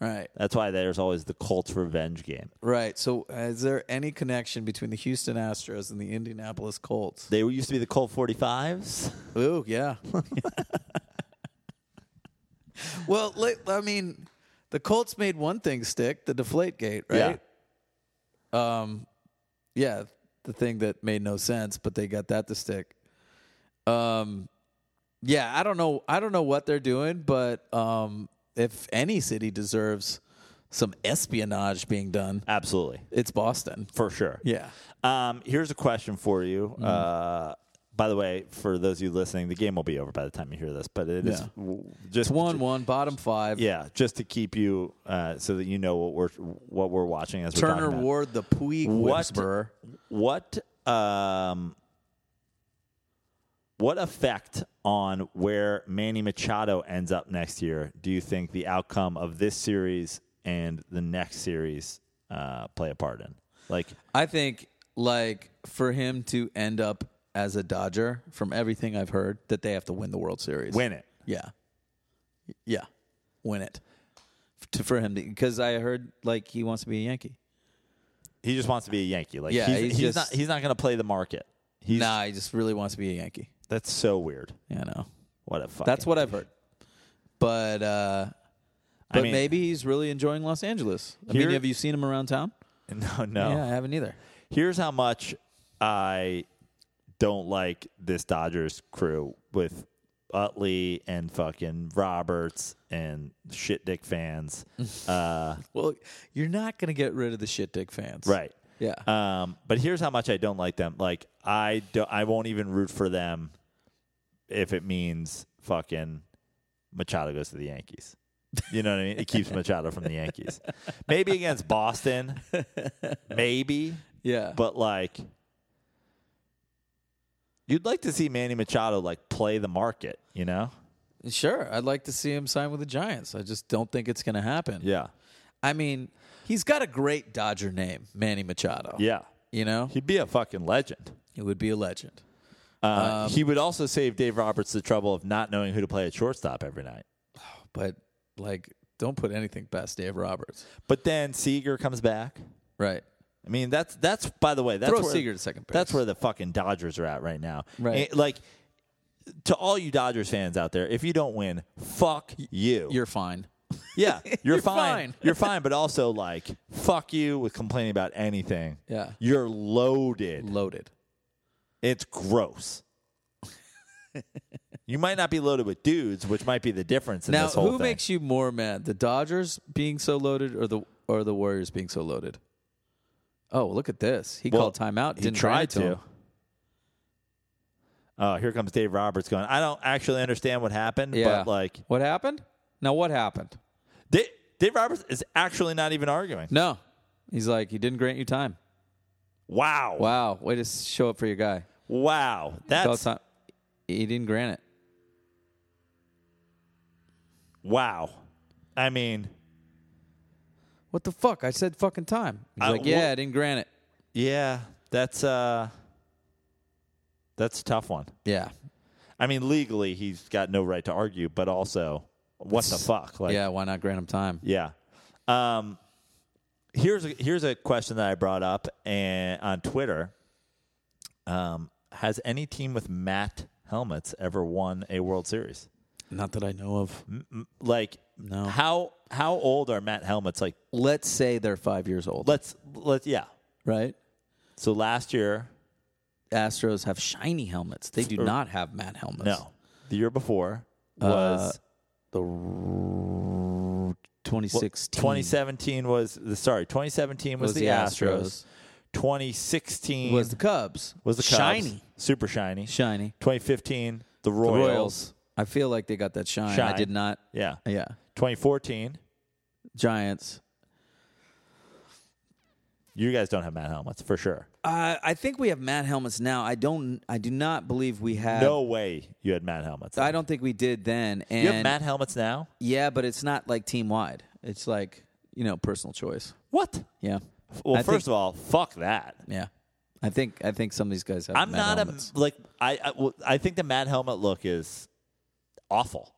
Speaker 2: Right.
Speaker 1: That's why there's always the Colts revenge game.
Speaker 2: Right. So, uh, is there any connection between the Houston Astros and the Indianapolis Colts?
Speaker 1: They used to be the Colt 45s.
Speaker 2: Ooh, yeah. well, li- I mean, the Colts made one thing stick, the deflate gate, right? Yeah. Um yeah, the thing that made no sense, but they got that to stick. Um yeah, I don't know I don't know what they're doing, but um if any city deserves some espionage being done,
Speaker 1: Absolutely.
Speaker 2: it's Boston.
Speaker 1: For sure.
Speaker 2: Yeah. Mm-hmm.
Speaker 1: Um, here's a question for you. Uh, by the way, for those of you listening, the game will be over by the time you hear this, but it is
Speaker 2: Yeah.
Speaker 1: w just
Speaker 2: One one, bottom five.
Speaker 1: Yeah, just to keep you uh, so that you know what we're what we're watching as we're
Speaker 2: Turner
Speaker 1: talking about.
Speaker 2: Ward the Puig
Speaker 1: What-
Speaker 2: Whisperer.
Speaker 1: What um, What effect on where Manny Machado ends up next year do you think the outcome of this series and the next series uh, play a part in? Like,
Speaker 2: I think like for him to end up as a Dodger, from everything I've heard, that they have to win the World Series.
Speaker 1: win it.
Speaker 2: Yeah. Yeah. Win it. F- To, for him because I heard like he wants to be a Yankee.
Speaker 1: He just wants to be a Yankee. Like,
Speaker 2: Yeah,
Speaker 1: he's,
Speaker 2: he's
Speaker 1: he's
Speaker 2: just-
Speaker 1: not. He's not going to play the market. He's,
Speaker 2: nah, he just really wants to be a Yankee.
Speaker 1: That's so weird.
Speaker 2: You know.
Speaker 1: What a fuck.
Speaker 2: That's what I've heard. But uh but
Speaker 1: mean-
Speaker 2: maybe he's really enjoying Los Angeles. I
Speaker 1: Here-
Speaker 2: mean, have you seen him around town?
Speaker 1: <laughs> No, no.
Speaker 2: Yeah, I haven't either.
Speaker 1: Here's how much I don't like this Dodgers crew with Utley and fucking Roberts and shit dick fans. uh,
Speaker 2: Well, you're not going to get rid of the shit dick fans.
Speaker 1: right.
Speaker 2: Yeah.
Speaker 1: Um, but here's how much I don't like them. Like I don't, I won't even root for them if it means fucking Machado goes to the Yankees. You know what I mean? It keeps Machado from the Yankees. Maybe against Boston. Maybe.
Speaker 2: yeah.
Speaker 1: But like you'd like to see Manny Machado like play the market, you know?
Speaker 2: sure, I'd like to see him sign with the Giants. I just don't think it's going to happen.
Speaker 1: Yeah.
Speaker 2: I mean, he's got a great Dodger name, Manny Machado.
Speaker 1: Yeah.
Speaker 2: You know?
Speaker 1: He'd be a fucking legend.
Speaker 2: It would be a legend.
Speaker 1: Uh,
Speaker 2: Um,
Speaker 1: he would also save Dave Roberts the trouble of not knowing who to play at shortstop every night.
Speaker 2: But like don't put anything past Dave Roberts.
Speaker 1: But then Seager comes back.
Speaker 2: Right.
Speaker 1: I mean, that's that's by the way, that's
Speaker 2: Throw
Speaker 1: where,
Speaker 2: Seager to second base.
Speaker 1: That's where the fucking Dodgers are at right now.
Speaker 2: Right.
Speaker 1: And, like to all you Dodgers fans out there, if you don't win, fuck you.
Speaker 2: You're fine.
Speaker 1: yeah, you're,
Speaker 2: <laughs> You're
Speaker 1: fine.
Speaker 2: fine.
Speaker 1: You're fine, but also like fuck you with complaining about anything.
Speaker 2: Yeah.
Speaker 1: You're loaded.
Speaker 2: Loaded.
Speaker 1: It's
Speaker 2: <laughs>
Speaker 1: gross. you might not be loaded with dudes, which might be the difference in
Speaker 2: Now,
Speaker 1: this whole
Speaker 2: who
Speaker 1: thing.
Speaker 2: makes you more mad? The Dodgers being so loaded or the or the Warriors being so loaded? Oh, look at this. He
Speaker 1: Well,
Speaker 2: called timeout,
Speaker 1: he
Speaker 2: didn't
Speaker 1: tried
Speaker 2: try to. him.
Speaker 1: Oh, here comes Dave Roberts going. I don't actually understand what happened,
Speaker 2: Yeah.
Speaker 1: but like
Speaker 2: what happened? Now what happened?
Speaker 1: Dave, Dave Roberts is actually not even arguing.
Speaker 2: No. He's like, he didn't grant you time.
Speaker 1: Wow. Wow.
Speaker 2: Wow, way to show up for your guy. Called
Speaker 1: That's
Speaker 2: time- He didn't grant it.
Speaker 1: wow. I mean,
Speaker 2: What the fuck? I said fucking time. He's
Speaker 1: Uh,
Speaker 2: like, yeah,
Speaker 1: wh-
Speaker 2: I didn't grant it.
Speaker 1: yeah, that's uh that's a tough one.
Speaker 2: Yeah.
Speaker 1: I mean, legally he's got no right to argue, but also what the fuck? Like
Speaker 2: yeah, why not grant him time?
Speaker 1: Yeah. Um, here's a, here's a question that I brought up and on Twitter. Um, has any team with matte helmets ever won a World Series?
Speaker 2: Not that I know of.
Speaker 1: Like,
Speaker 2: No.
Speaker 1: How how old are matte helmets? Like,
Speaker 2: Let's say they're five years old.
Speaker 1: let's let's yeah.
Speaker 2: right?
Speaker 1: So last year,
Speaker 2: Astros have shiny helmets. They do not have matte helmets.
Speaker 1: no, the year before was
Speaker 2: The r- 2016
Speaker 1: 2017 was the sorry 2017 was, the, Astros. 2016
Speaker 2: was the Cubs.
Speaker 1: was the Cubs.
Speaker 2: shiny.
Speaker 1: super shiny.
Speaker 2: Shiny.
Speaker 1: 2015 the
Speaker 2: The
Speaker 1: Royals.
Speaker 2: Royals. I feel like they got that shine.
Speaker 1: Shine.
Speaker 2: I did not.
Speaker 1: Yeah.
Speaker 2: Yeah.
Speaker 1: 2014.
Speaker 2: Giants.
Speaker 1: You guys don't have Matt helmets for sure.
Speaker 2: Uh, I think we have matte helmets now. I don't. I do not believe we have.
Speaker 1: No way you had Matt helmets.
Speaker 2: I don't think we did then. And
Speaker 1: You have Matt helmets now.
Speaker 2: Yeah, but it's not like team wide. It's like you know personal choice.
Speaker 1: What?
Speaker 2: Yeah.
Speaker 1: Well,
Speaker 2: I
Speaker 1: first
Speaker 2: think-
Speaker 1: of all, fuck that.
Speaker 2: Yeah. I think I think some of these guys have.
Speaker 1: I'm not
Speaker 2: Matt helmets.
Speaker 1: a like I. I, well, I think the Matt helmet look is awful.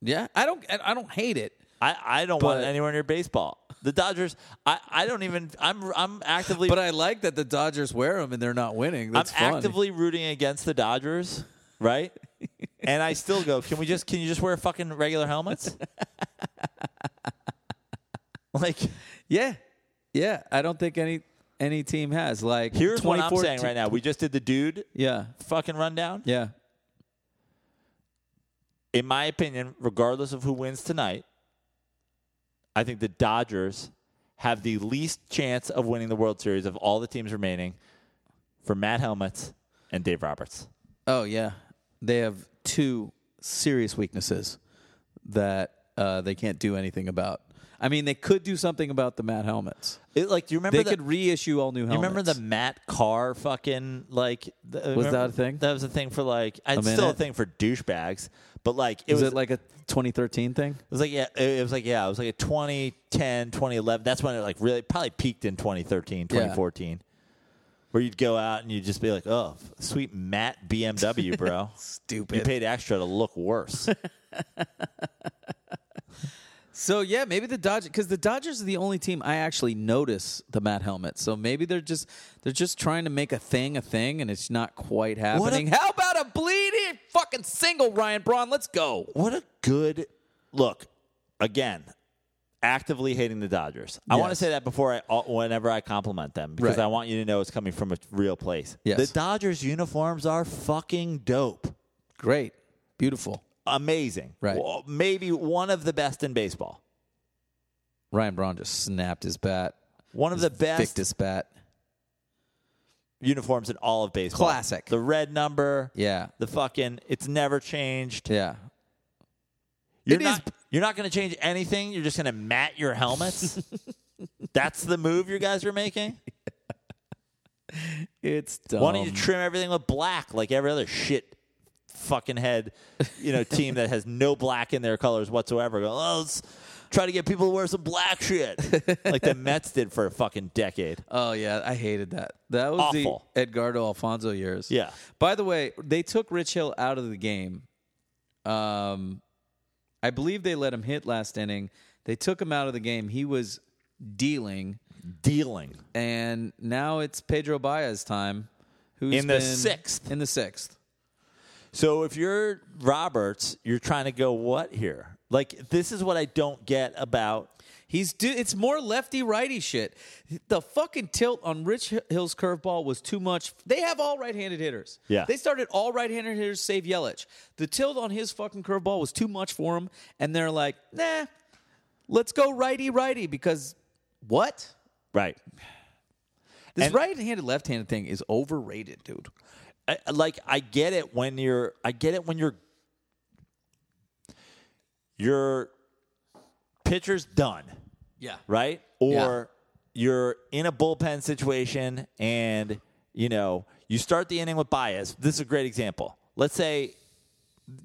Speaker 2: Yeah, I don't. I I don't hate it.
Speaker 1: I, I don't want
Speaker 2: But-
Speaker 1: it anywhere near baseball. The Dodgers. I, I don't even. I'm I'm actively.
Speaker 2: But I like that the Dodgers wear them and they're not winning.
Speaker 1: I'm
Speaker 2: That's fun.
Speaker 1: actively rooting against the Dodgers, right? <laughs> and I still go. Can we just? Can you just wear fucking regular helmets? <laughs> like.
Speaker 2: Yeah, yeah. I don't think any any team has like.
Speaker 1: Here's what I'm saying
Speaker 2: 2014
Speaker 1: right now. We just did the dude
Speaker 2: Yeah,
Speaker 1: fucking rundown.
Speaker 2: yeah.
Speaker 1: In my opinion, regardless of who wins tonight, I think the Dodgers have the least chance of winning the World Series of all the teams remaining for Matt Helmets and Dave Roberts.
Speaker 2: Oh yeah, they have two serious weaknesses that uh, they can't do anything about. I mean, they could do something about the matte helmets.
Speaker 1: It, like, do you remember
Speaker 2: They
Speaker 1: the-
Speaker 2: could reissue all new
Speaker 1: You
Speaker 2: helmets.
Speaker 1: remember the Matt Carr fucking like? th- remember-
Speaker 2: that a thing?
Speaker 1: That was a thing for like. It's still a
Speaker 2: minute?
Speaker 1: thing for douchebags, but like it
Speaker 2: Is
Speaker 1: was,
Speaker 2: it like a 2013 thing?
Speaker 1: it was like yeah, it it was like yeah, it was like a 2010, 2011. That's when it like really probably peaked in 2013, 2014, where you'd go out and you'd just be like, oh, f- sweet Matt BMW,
Speaker 2: <laughs>
Speaker 1: bro.
Speaker 2: Stupid.
Speaker 1: you paid extra to look worse.
Speaker 2: So yeah, maybe the Dodgers because the Dodgers are the only team I actually notice the Matt helmet. So maybe they're just they're just trying to make a thing a thing, and it's not quite
Speaker 1: a-
Speaker 2: happening. How about a bleeding fucking single, Ryan Braun? Let's go.
Speaker 1: what a good look. Again, actively hating the Dodgers. I want to
Speaker 2: Yes.
Speaker 1: say that before I uh, whenever I compliment them because
Speaker 2: Right.
Speaker 1: I want you to know it's coming from a real place.
Speaker 2: Yes.
Speaker 1: The Dodgers uniforms are fucking dope.
Speaker 2: Great, beautiful.
Speaker 1: Amazing.
Speaker 2: Right.
Speaker 1: Well, maybe one of the best in baseball.
Speaker 2: Ryan Braun just snapped his bat,
Speaker 1: One of the best
Speaker 2: picked his bat.
Speaker 1: uniforms in all of baseball.
Speaker 2: Classic.
Speaker 1: The red number.
Speaker 2: Yeah,
Speaker 1: The fucking it's never changed.
Speaker 2: yeah.
Speaker 1: You're
Speaker 2: It is-
Speaker 1: not you're not going to change anything. You're just going to mat your
Speaker 2: <laughs>
Speaker 1: helmets. That's the move you guys are making.
Speaker 2: It's dumb.
Speaker 1: Why don't you trim everything with black like every other shit fucking head, you know, team that has no black in their colors whatsoever? Go, oh, let's try to get people to wear some black shit like the Mets did for a fucking decade.
Speaker 2: Oh yeah, I hated that. That was
Speaker 1: Awful.
Speaker 2: the Edgardo Alfonso years.
Speaker 1: Yeah.
Speaker 2: By the way, they took Rich Hill out of the game. Um, I believe they let him hit last inning. They took him out of the game. He was dealing,
Speaker 1: Dealing.
Speaker 2: and now it's Pedro Baez time. Who's
Speaker 1: In the
Speaker 2: been-
Speaker 1: sixth.
Speaker 2: In the sixth.
Speaker 1: So if you're Roberts, you're trying to go what here? Like this is what I don't get about
Speaker 2: He's do. It's more lefty righty shit. The fucking tilt on Rich Hill's curveball was too much. They have all right-handed hitters.
Speaker 1: Yeah.
Speaker 2: they started all right-handed hitters save Yelich. The tilt on his fucking curveball was too much for him, and they're like, nah, let's go righty righty because what?
Speaker 1: right.
Speaker 2: This
Speaker 1: And-
Speaker 2: right-handed left-handed thing is overrated, dude.
Speaker 1: I, I- like I get it when you're I get it when you're your pitcher's done,
Speaker 2: Yeah,
Speaker 1: right? Or you're in a bullpen situation and you know, you start the inning with bias. This is a great example. Let's say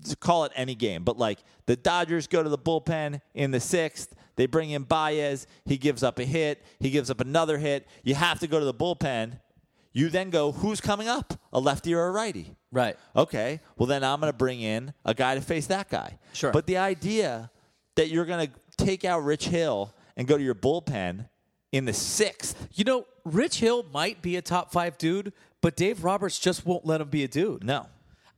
Speaker 1: to call it any game, but like the Dodgers go to the bullpen in the sixth. They bring in Baez. He gives up a hit. He gives up another hit. You have to go to the bullpen. You then go, who's coming up? A lefty or a righty?
Speaker 2: right.
Speaker 1: Okay, well, then I'm going to bring in a guy to face that guy.
Speaker 2: Sure.
Speaker 1: But the idea that you're going to take out Rich Hill and go to your bullpen in the sixth,
Speaker 2: You know, Rich Hill might be a top five dude, but Dave Roberts just won't let him be a dude.
Speaker 1: no.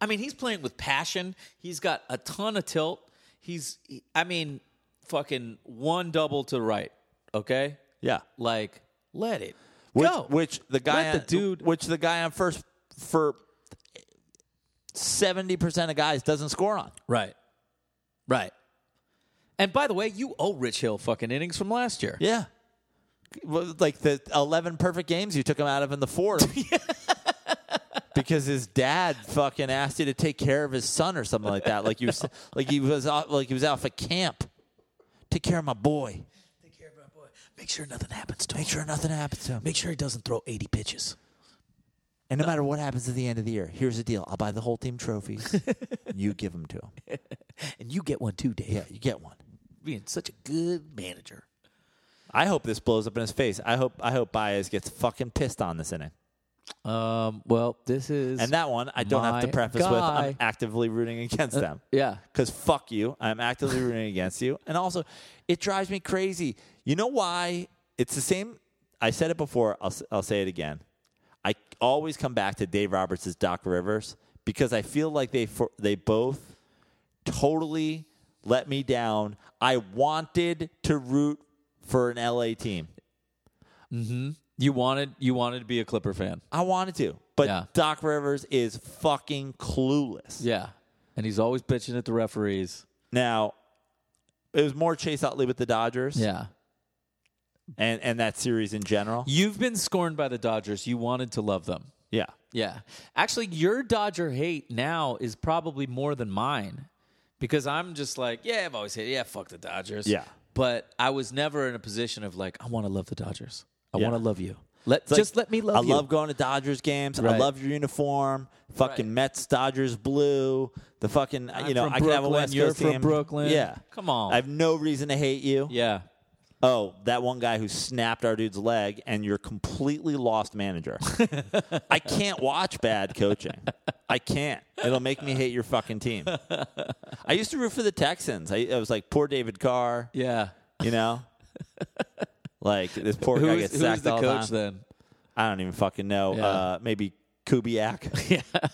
Speaker 2: I mean, he's playing with passion. He's got a ton of tilt. He's, he- I mean, fucking one double to the right. Okay,
Speaker 1: Yeah.
Speaker 2: like let it
Speaker 1: Which,
Speaker 2: go.
Speaker 1: which the guy,
Speaker 2: Let the
Speaker 1: on-
Speaker 2: dude-
Speaker 1: which the guy on first for seventy percent of guys doesn't score on.
Speaker 2: right, right. And by the way, you owe Rich Hill fucking innings from last year.
Speaker 1: Yeah. Well, Like the 11 perfect games you took him out of in the <laughs> fourth. because his dad fucking asked you to take care of his son or something like that. Like you <laughs> was, like he was off, like he was out for camp. Take care of my boy.
Speaker 3: Take care of my boy. Make sure nothing happens to him.
Speaker 1: Make sure nothing happens to him.
Speaker 3: Make sure he doesn't throw 80 pitches.
Speaker 1: And no matter what happens at the end of the year, here's the deal. I'll buy the whole team <laughs> trophies. you give them to him.
Speaker 3: And you get one too, Dave.
Speaker 1: Yeah, you get one.
Speaker 3: Being such a good manager.
Speaker 1: I hope this blows up in his face. I hope I hope Baez gets fucking pissed on this inning.
Speaker 2: Um. Well, this is
Speaker 1: And that one I don't have to
Speaker 2: My
Speaker 1: preface with I'm
Speaker 2: guy. Uh,
Speaker 1: actively rooting against them.
Speaker 2: yeah.
Speaker 1: because fuck you. I'm actively rooting against you. And also, it drives me crazy. You know why? It's the same. I said it before. I'll, s- I'll say it again. I always come back to Dave Roberts' Doc Rivers because I feel like they for, they both totally let me down. I wanted to root for an LA team.
Speaker 2: You wanted you wanted to be a Clipper fan.
Speaker 1: I wanted to. But
Speaker 2: Yeah.
Speaker 1: Doc Rivers is fucking clueless.
Speaker 2: Yeah. And he's always bitching at the referees.
Speaker 1: Now, it was more Chase Utley with the Dodgers
Speaker 2: Yeah.
Speaker 1: and, and that series in general.
Speaker 2: You've been scorned by the Dodgers. You wanted to love them.
Speaker 1: Yeah.
Speaker 2: Yeah. Actually, your Dodger hate now is probably more than mine because I'm just like, yeah, I've always hated, yeah, fuck the Dodgers.
Speaker 1: Yeah.
Speaker 2: But I was never in a position of like, I want to love the Dodgers. I
Speaker 1: Yeah.
Speaker 2: want to love you. Let
Speaker 1: It's like,
Speaker 2: just let me love
Speaker 1: I
Speaker 2: you.
Speaker 1: love going to Dodgers games. I
Speaker 2: Right.
Speaker 1: love your uniform. Fucking Mets, Dodgers blue. The fucking
Speaker 2: I'm
Speaker 1: you know
Speaker 2: from
Speaker 1: I can have a
Speaker 2: Brooklyn,
Speaker 1: West
Speaker 2: you're
Speaker 1: Coast
Speaker 2: from
Speaker 1: game.
Speaker 2: Brooklyn.
Speaker 1: Yeah,
Speaker 2: Come on.
Speaker 1: I have no reason to hate you.
Speaker 2: yeah.
Speaker 1: Oh, that one guy who snapped our dude's leg, and you're completely lost manager. I can't watch bad coaching. I can't. It'll make me hate your fucking
Speaker 2: <laughs>
Speaker 1: team. I used to root for the Texans. I, I was like, poor David Carr.
Speaker 2: Yeah.
Speaker 1: <laughs> You know, like this poor guy
Speaker 2: Who's,
Speaker 1: gets
Speaker 2: who's
Speaker 1: sacked
Speaker 2: the
Speaker 1: all
Speaker 2: coach
Speaker 1: the time.
Speaker 2: then?
Speaker 1: I don't even fucking know.
Speaker 2: Yeah.
Speaker 1: Uh, maybe
Speaker 2: <laughs>
Speaker 1: Kubiak. yeah.
Speaker 2: Uh,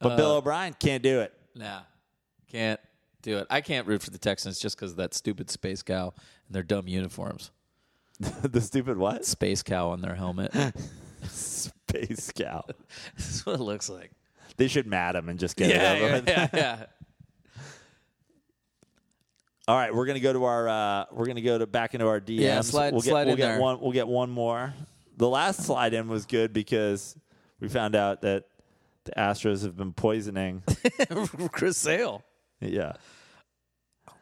Speaker 1: but Bill O'Brien can't do it. <laughs>
Speaker 2: Nah. Can't do it. I can't root for the Texans just because of that stupid space cow and their dumb uniforms.
Speaker 1: the stupid what?
Speaker 2: Space cow on
Speaker 1: <laughs>
Speaker 2: their helmet.
Speaker 1: Space Scout.
Speaker 2: That's what it looks like.
Speaker 1: They should mat him and just get it over
Speaker 2: yeah,
Speaker 1: with.
Speaker 2: yeah, yeah.
Speaker 1: All right, we're gonna go to our uh, we're gonna go to back into our DMs.
Speaker 2: Yeah, slide-
Speaker 1: we'll get,
Speaker 2: slide
Speaker 1: we'll
Speaker 2: in
Speaker 1: get
Speaker 2: there.
Speaker 1: one we'll get one more. The last slide in was good because we found out that the Astros have been poisoning. <laughs>
Speaker 2: Chris Sale.
Speaker 1: yeah.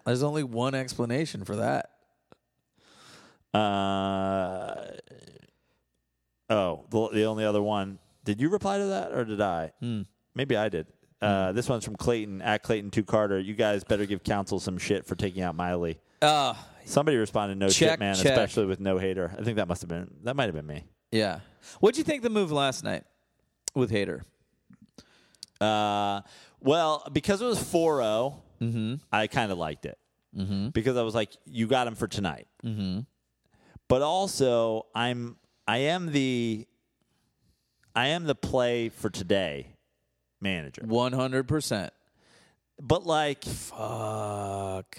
Speaker 2: There's only one explanation for that.
Speaker 1: Uh, oh, the, the only other one. Did you reply to that or did I?
Speaker 2: Hmm.
Speaker 1: Maybe I did. Uh, this one's from Clayton at Clayton Two Carter. You guys better give counsel some shit for taking out Miley.
Speaker 2: Uh,
Speaker 1: Ah. Somebody responded, "No
Speaker 2: Check,
Speaker 1: shit, man,"
Speaker 2: check.
Speaker 1: especially with no hater. I think that must have been that might have been me.
Speaker 2: yeah. What'd you think of the move last night with Hater?
Speaker 1: Uh, well, because it was 4 0, I kind of liked it. Because I was like, you got him for tonight. Mm-hmm. But also, I'm I am the I am the play for today manager.
Speaker 2: One hundred percent.
Speaker 1: But like,
Speaker 2: Fuck.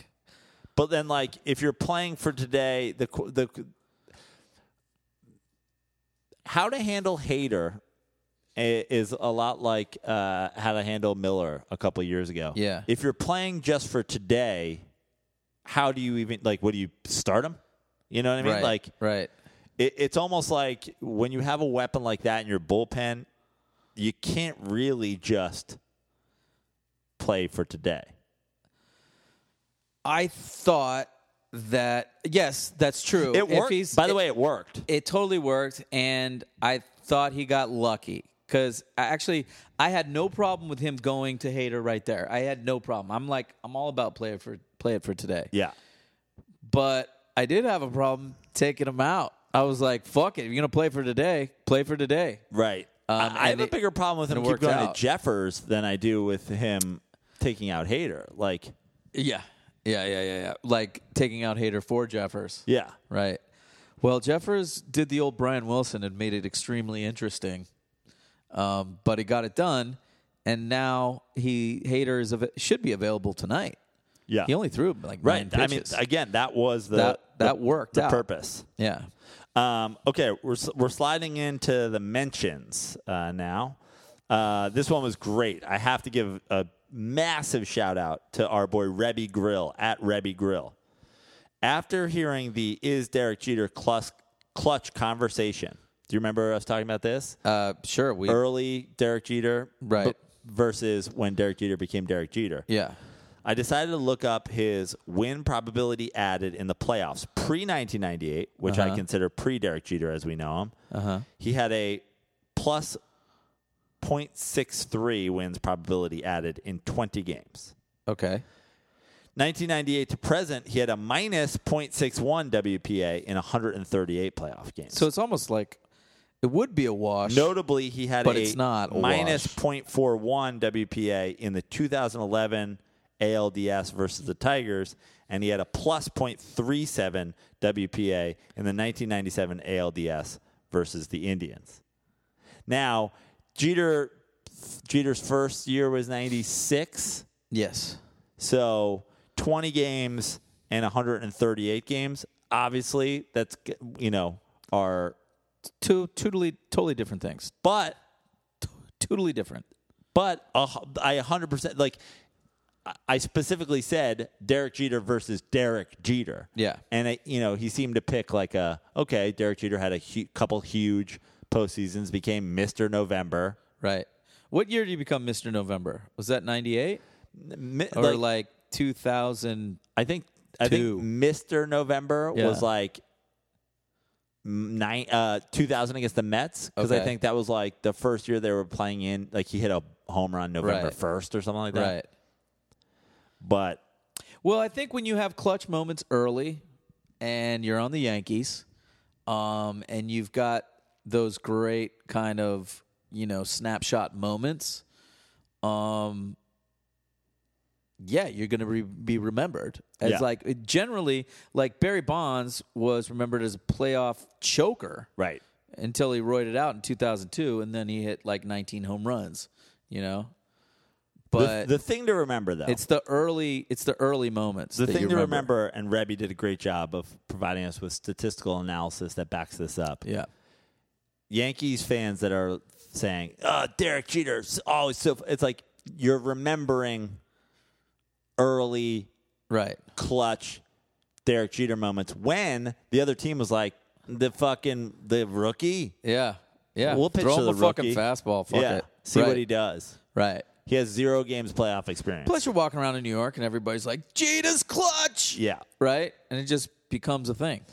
Speaker 1: But then, like, if you're playing for today, the qu- the how to handle Hater is a lot like uh, how to handle Miller a couple of years ago.
Speaker 2: Yeah.
Speaker 1: If you're playing just for today, how do you even like? What do you start him? You know what I mean?
Speaker 2: right.
Speaker 1: Like,
Speaker 2: right.
Speaker 1: it, it's almost like when you have a weapon like that in your bullpen, you can't really just play for today.
Speaker 2: I thought that yes, that's true.
Speaker 1: It
Speaker 2: If
Speaker 1: worked.
Speaker 2: he's-
Speaker 1: By the
Speaker 2: it-
Speaker 1: way, it worked.
Speaker 2: it totally worked, and I thought he got lucky because actually I had no problem with him going to Hater right there. I had no problem. I'm like I'm all about play it for play it for today.
Speaker 1: Yeah.
Speaker 2: but I did have a problem taking him out. I was like, "Fuck it, if you're gonna play for today. Play for today."
Speaker 1: Right.
Speaker 2: Um,
Speaker 1: I, I have
Speaker 2: and
Speaker 1: a
Speaker 2: it-
Speaker 1: bigger problem with
Speaker 2: and
Speaker 1: him
Speaker 2: it
Speaker 1: keep
Speaker 2: worked
Speaker 1: going
Speaker 2: out.
Speaker 1: to Jeffers than I do with him taking out Hater. Like,
Speaker 2: Yeah, yeah, yeah, yeah, yeah. Like taking out Hater for Jeffers.
Speaker 1: yeah,
Speaker 2: Right. Well, Jeffers did the old Brian Wilson and made it extremely interesting, um, but he got it done, and now he Hater is av- should be available tonight.
Speaker 1: yeah.
Speaker 2: He only threw like nine
Speaker 1: right. I mean,
Speaker 2: pitches.
Speaker 1: again, that was the
Speaker 2: that
Speaker 1: the-
Speaker 2: that worked
Speaker 1: the
Speaker 2: out.
Speaker 1: purpose.
Speaker 2: Yeah.
Speaker 1: Um, okay, we're s- we're sliding into the mentions uh, now. Uh, this one was great. I have to give a massive shout out to our boy Rebby Grill at Rebby Grill. After hearing the "Is Derek Jeter clutch, clutch" conversation, do you remember us talking about this?
Speaker 2: Uh, sure. We.
Speaker 1: early Derek Jeter
Speaker 2: Right.
Speaker 1: versus when Derek Jeter became Derek Jeter.
Speaker 2: yeah.
Speaker 1: I decided to look up his win probability added in the playoffs pre 1998, which
Speaker 2: Uh-huh.
Speaker 1: I consider pre Derek Jeter as we know him. Uh-huh. He had a plus 0.63 wins probability added in 20 games.
Speaker 2: Okay.
Speaker 1: 1998 to present, he had a minus 0.61 WPA in 138 playoff games.
Speaker 2: So it's almost like it would be a wash.
Speaker 1: Notably, he had
Speaker 2: But
Speaker 1: a
Speaker 2: it's not a
Speaker 1: minus 0.41 WPA in the 2011 ALDS versus the Tigers, and he had a plus 0.37 WPA in the 1997 ALDS versus the Indians. Now, Jeter Jeter's first year was 96,
Speaker 2: Yes.
Speaker 1: so 20 games and 138 games. Obviously, that's you know are
Speaker 2: Two totally totally different things.
Speaker 1: but
Speaker 2: Totally different.
Speaker 1: But uh, I 100% like I- I specifically said Derek Jeter versus Derek Jeter.
Speaker 2: Yeah.
Speaker 1: And I, you know, he seemed to pick like a okay, Derek Jeter had a hu- couple huge postseasons, became Mr. November.
Speaker 2: Right. What year did you become Mr. November? Was that 98
Speaker 1: Mi-
Speaker 2: or
Speaker 1: like,
Speaker 2: like 2000?
Speaker 1: I think I
Speaker 2: Two.
Speaker 1: think Mr. November
Speaker 2: Yeah.
Speaker 1: was like nine, uh, 2000 against the Mets because I
Speaker 2: Okay.
Speaker 1: think that was like the first year they were playing in. Like he hit a home run November
Speaker 2: Right.
Speaker 1: 1st or something like that.
Speaker 2: Right.
Speaker 1: But
Speaker 2: Well, I think when you have clutch moments early and you're on the Yankees, um, and you've got those great kind of, you know, snapshot moments, um, yeah, you're going to re- be remembered as
Speaker 1: Yeah.
Speaker 2: like it- generally, like Barry Bonds was remembered as a playoff choker
Speaker 1: right.
Speaker 2: until he roided out in 2002, and then he hit like 19 home runs, you know.
Speaker 1: The,
Speaker 2: But
Speaker 1: the thing to remember though,
Speaker 2: it's the early, it's the early moments.
Speaker 1: the
Speaker 2: that
Speaker 1: thing
Speaker 2: you
Speaker 1: to remember, and Rebby did a great job of providing us with statistical analysis that backs this up.
Speaker 2: Yeah.
Speaker 1: Yankees fans that are saying, "Oh, Derek Jeter's always so," f-" it's like you're remembering early
Speaker 2: Right.
Speaker 1: clutch Derek Jeter moments when the other team was like the fucking the rookie.
Speaker 2: Yeah. Yeah.
Speaker 1: We'll pitch
Speaker 2: Throw
Speaker 1: to
Speaker 2: him
Speaker 1: the
Speaker 2: a fucking
Speaker 1: rookie.
Speaker 2: fastball. Fuck
Speaker 1: yeah,
Speaker 2: it.
Speaker 1: see
Speaker 2: right.
Speaker 1: what he does.
Speaker 2: Right.
Speaker 1: He has zero games playoff experience.
Speaker 2: Plus, you're walking around in New York and everybody's like, Jeter's clutch.
Speaker 1: yeah.
Speaker 2: Right. And it just becomes a thing.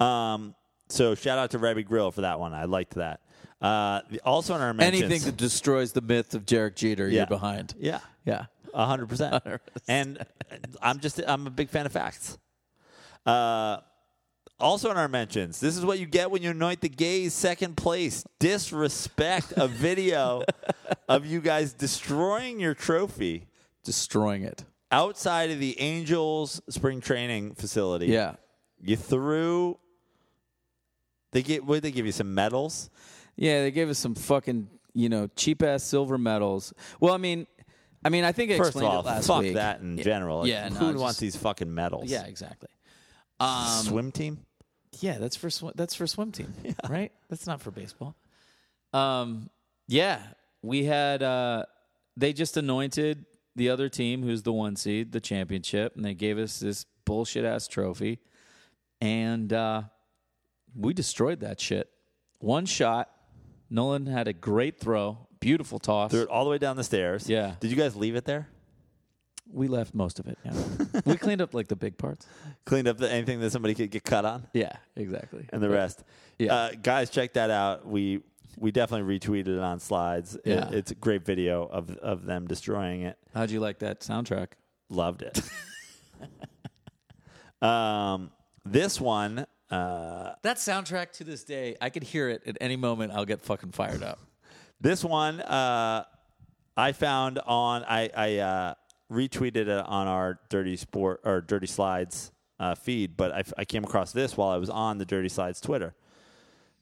Speaker 1: Um. So shout out to Rebby Grill for that one. I liked that. Uh. the- Also in our mentions,
Speaker 2: Anything that destroys the myth of Derek Jeter,
Speaker 1: Yeah.
Speaker 2: you're behind.
Speaker 1: yeah.
Speaker 2: Yeah.
Speaker 1: A hundred percent. And I'm just I'm a big fan of facts. Uh, also in our mentions, this is what you get when you anoint the gays second place. Disrespect a video of you guys destroying your trophy
Speaker 2: Destroying it.
Speaker 1: outside of the Angels spring training facility.
Speaker 2: Yeah.
Speaker 1: You threw they get would they give you some medals?
Speaker 2: Yeah. They gave us some fucking, you know, cheap ass silver medals. Well, I mean, I mean, I think I
Speaker 1: First of
Speaker 2: explained
Speaker 1: all,
Speaker 2: it last
Speaker 1: fuck
Speaker 2: week.
Speaker 1: that in general. Like,
Speaker 2: Yeah, no,
Speaker 1: who
Speaker 2: it's
Speaker 1: wants
Speaker 2: just-
Speaker 1: these fucking medals?
Speaker 2: Yeah, exactly. Um,
Speaker 1: Swim team?
Speaker 2: Yeah, that's for sw- that's for swim team, right? That's not for baseball. Um, yeah, we had uh, they just anointed the other team, who's the one seed, the championship, and they gave us this bullshit ass trophy, and uh, we destroyed that shit. One shot. Nolan had a great throw, beautiful toss.
Speaker 1: Threw it all the way down the stairs.
Speaker 2: Yeah.
Speaker 1: Did you guys leave it there?
Speaker 2: We left most of it. Yeah, <laughs> we cleaned up like the big parts.
Speaker 1: cleaned up the, anything that somebody could get cut on
Speaker 2: Yeah, exactly.
Speaker 1: and the rest.
Speaker 2: Yeah.
Speaker 1: Uh, guys, check that out. We we definitely retweeted it on slides. It-
Speaker 2: Yeah.
Speaker 1: it's a great video of of them destroying it.
Speaker 2: How'd you like that soundtrack?
Speaker 1: Loved
Speaker 2: <laughs>
Speaker 1: it. um, this one, uh,
Speaker 2: That soundtrack to this day, I could hear it at any moment. I'll get fucking fired up.
Speaker 1: this one, uh, I found on I I uh, retweeted it on our dirty sport or dirty slides uh, feed, but I, f- I came across this while I was on the dirty slides Twitter.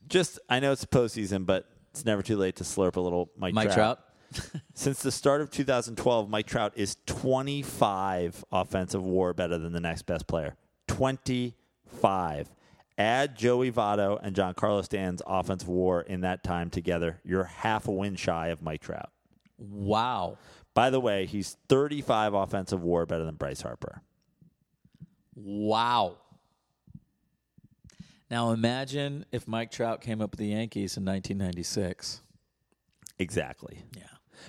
Speaker 1: Just I know it's postseason, but it's never too late to slurp a little Mike,
Speaker 2: Mike
Speaker 1: Trout.
Speaker 2: Trout.
Speaker 1: Since the start of 2012, Mike Trout is 25 offensive war better than the next best player. 25. Add Joey Votto and John Carlos Stan's offensive war in that time together. You're half a win shy of Mike Trout.
Speaker 2: Wow.
Speaker 1: By the way, he's 35 offensive war better than Bryce Harper.
Speaker 2: Wow. Now imagine if Mike Trout came up with the Yankees in 1996.
Speaker 1: Exactly.
Speaker 2: Yeah.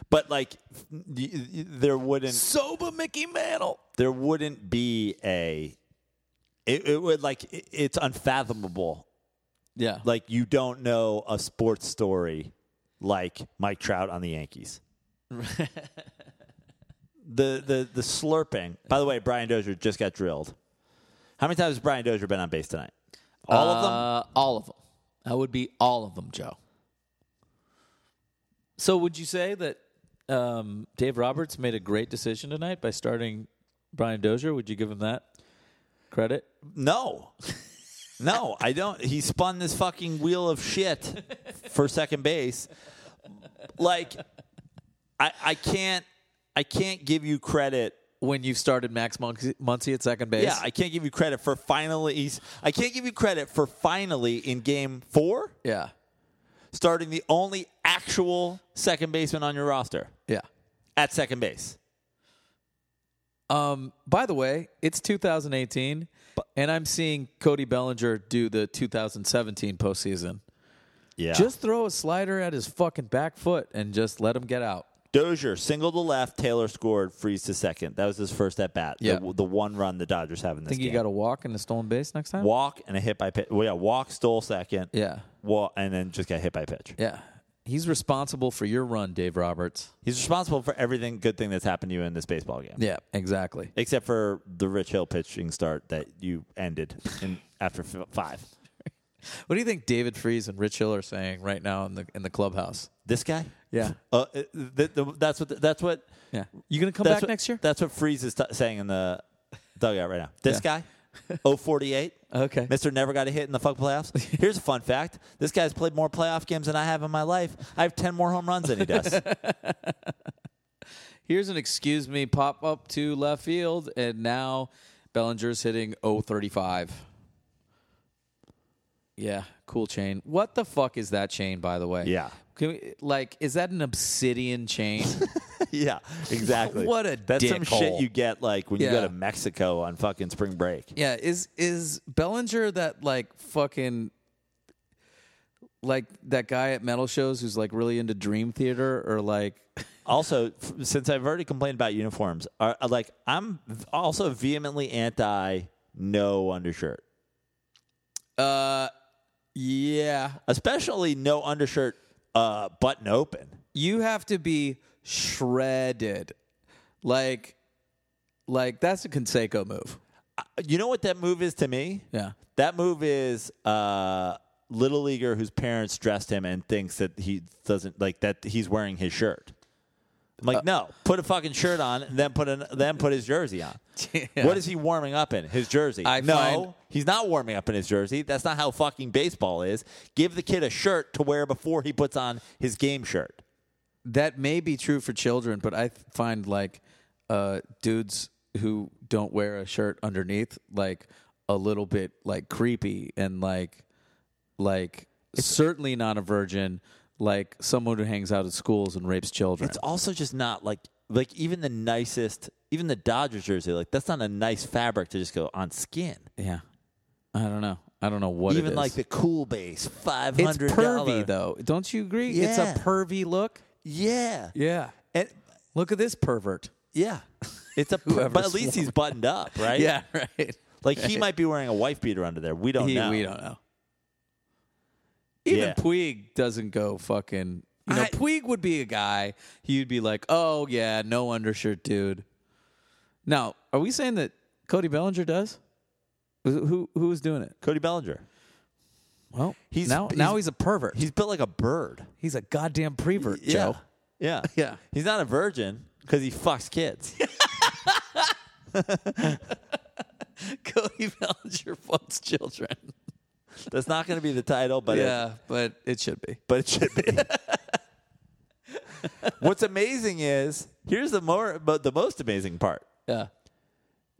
Speaker 1: But like f- y- y- there wouldn't
Speaker 2: Soba Mickey Mantle.
Speaker 1: there wouldn't be a it, it would like it- it's unfathomable
Speaker 2: Yeah.
Speaker 1: like you don't know a sports story like Mike Trout on the Yankees. the the the slurping. By the way, Brian Dozier just got drilled. How many times has Brian Dozier been on base tonight? All of them.
Speaker 2: Uh, all of them. That would be all of them, Joe. So would you say that um, Dave Roberts made a great decision tonight by starting Brian Dozier? Would you give him that credit?
Speaker 1: No, no, I don't. He spun this fucking wheel of shit for second base. Like, I I can't I can't give you credit
Speaker 2: when you've started Max Muncy, Muncy at second base.
Speaker 1: Yeah, I can't give you credit for finally. he's- I can't give you credit for finally in game four
Speaker 2: yeah,
Speaker 1: starting the only actual second baseman on your roster
Speaker 2: yeah.
Speaker 1: at second base.
Speaker 2: Um, by the way, it's 2018, and I'm seeing Cody Bellinger do the 2017 postseason.
Speaker 1: Yeah,
Speaker 2: Just throw a slider at his fucking back foot and just let him get out.
Speaker 1: Dozier single to left. Taylor scored. Freeze to second. That was his first at bat.
Speaker 2: Yeah.
Speaker 1: The, the one run the Dodgers have in this
Speaker 2: Think
Speaker 1: game.
Speaker 2: you got a walk and a stolen base next time?
Speaker 1: walk and a hit by pitch. Well, yeah, walk, stole second.
Speaker 2: Yeah.
Speaker 1: Well, and then just got hit by pitch.
Speaker 2: Yeah. He's responsible for your run, Dave Roberts.
Speaker 1: He's responsible for everything good thing that's happened to you in this baseball game.
Speaker 2: Yeah, exactly.
Speaker 1: Except for the Rich Hill pitching start that you ended in after f- five.
Speaker 2: What do you think David Freeze and Rich Hill are saying right now in the in the clubhouse?
Speaker 1: This guy?
Speaker 2: Yeah.
Speaker 1: Uh, th- th- th- that's what that's what
Speaker 2: Yeah. You gonna come
Speaker 1: that's
Speaker 2: back
Speaker 1: what-
Speaker 2: next year?
Speaker 1: That's what Freeze is t- saying in the dugout right now. This
Speaker 2: <laughs>
Speaker 1: guy, 048.
Speaker 2: Okay.
Speaker 1: Mr. Never got a hit in the fuck
Speaker 2: <laughs>
Speaker 1: playoffs. Here's a fun fact. This guy's played more playoff games than I have in my life. I have 10 more home runs than he
Speaker 2: <laughs>
Speaker 1: does.
Speaker 2: Here's an excuse me pop up to left field, and now Bellinger's hitting 035. Yeah, cool chain. What the fuck is that chain, by the way?
Speaker 1: Yeah.
Speaker 2: Can we, like, is that an obsidian chain?
Speaker 1: <laughs>
Speaker 2: <laughs>
Speaker 1: yeah, exactly.
Speaker 2: What a
Speaker 1: That's some
Speaker 2: dickhole.
Speaker 1: shit you get like when you
Speaker 2: Yeah.
Speaker 1: go to Mexico on fucking spring break.
Speaker 2: yeah, is is Bellinger that like fucking like that guy at metal shows who's like really into dream theater or like <laughs>
Speaker 1: Also, f- since I've already complained about uniforms, are, uh, like I'm v- also vehemently anti no undershirt,
Speaker 2: uh yeah,
Speaker 1: especially no undershirt uh, button open.
Speaker 2: you have to be shredded like like that's a conseco move
Speaker 1: You know what that move is to me?
Speaker 2: yeah
Speaker 1: That move is uh, little leaguer whose parents dressed him and thinks that he doesn't like that he's wearing his shirt. I'm
Speaker 2: Uh,
Speaker 1: like, no, put a fucking shirt on, and then put an, then put his jersey on.
Speaker 2: <laughs> Yeah.
Speaker 1: What is he warming up in? His jersey.
Speaker 2: I
Speaker 1: no,
Speaker 2: find-
Speaker 1: he's not warming up in his jersey. That's not how fucking baseball is. Give the kid a shirt to wear before he puts on his game shirt.
Speaker 2: that may be true for children but i th- find like uh dudes who don't wear a shirt underneath like a little bit like creepy and like like certainly not a virgin like someone who hangs out at schools and rapes children
Speaker 1: It's also just not like like even the nicest, even the Dodgers jersey. Like that's not a nice fabric to just go on skin.
Speaker 2: yeah i don't know i don't know what it
Speaker 1: even
Speaker 2: is.
Speaker 1: like the cool base five
Speaker 2: it's
Speaker 1: hundred
Speaker 2: pervy though don't you agree it's
Speaker 1: Yeah.
Speaker 2: a pervy look
Speaker 1: Yeah,
Speaker 2: Yeah.
Speaker 1: and
Speaker 2: Look at this pervert.
Speaker 1: yeah,
Speaker 2: <laughs>
Speaker 1: it's a per-
Speaker 2: Whoever
Speaker 1: but at least he's buttoned up, right?
Speaker 2: <laughs> right.
Speaker 1: like he might be wearing a wife beater under there. We don't
Speaker 2: He-
Speaker 1: know.
Speaker 2: We don't know. Oh, Even
Speaker 1: Yeah.
Speaker 2: Puig doesn't go fucking. You know,
Speaker 1: I-
Speaker 2: Puig would be a guy. He'd be like, "Oh yeah, no undershirt, dude." Now, are we saying that Cody Bellinger does? Who who- who was doing it?
Speaker 1: Cody Bellinger.
Speaker 2: Well,
Speaker 1: He's-
Speaker 2: he's now
Speaker 1: he's-
Speaker 2: now he's a pervert.
Speaker 1: He's built like a bird.
Speaker 2: He's a goddamn prevert, Joe.
Speaker 1: Yeah.
Speaker 2: <laughs> Yeah.
Speaker 1: He's not a virgin because he fucks
Speaker 2: <laughs>
Speaker 1: kids.
Speaker 2: <laughs> Cody Bellinger fucks children.
Speaker 1: That's not going to be the title, but it,
Speaker 2: yeah, but it should be.
Speaker 1: but it should be. What's amazing is here's the more but the most amazing part.
Speaker 2: Yeah.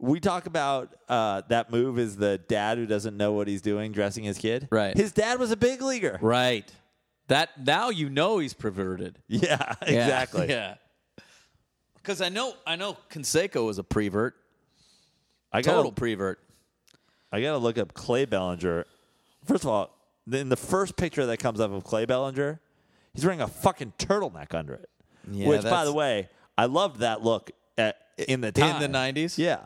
Speaker 1: We talk about uh, that move is the dad who doesn't know what he's doing dressing his kid.
Speaker 2: Right.
Speaker 1: His dad was a big leaguer.
Speaker 2: Right. That now you know he's perverted.
Speaker 1: Yeah, <laughs>
Speaker 2: Yeah.
Speaker 1: exactly.
Speaker 2: <laughs> Yeah. Because I know I know Conseco was a prevert,
Speaker 1: I
Speaker 2: total
Speaker 1: got
Speaker 2: prevert.
Speaker 1: I got to look up Clay Bellinger. First of all, in the first picture that comes up of Clay Bellinger, he's wearing a fucking turtleneck under it.
Speaker 2: Yeah,
Speaker 1: Which, by
Speaker 2: that's-
Speaker 1: the way, I loved that look at, in the
Speaker 2: In
Speaker 1: time.
Speaker 2: the nineties.
Speaker 1: Yeah.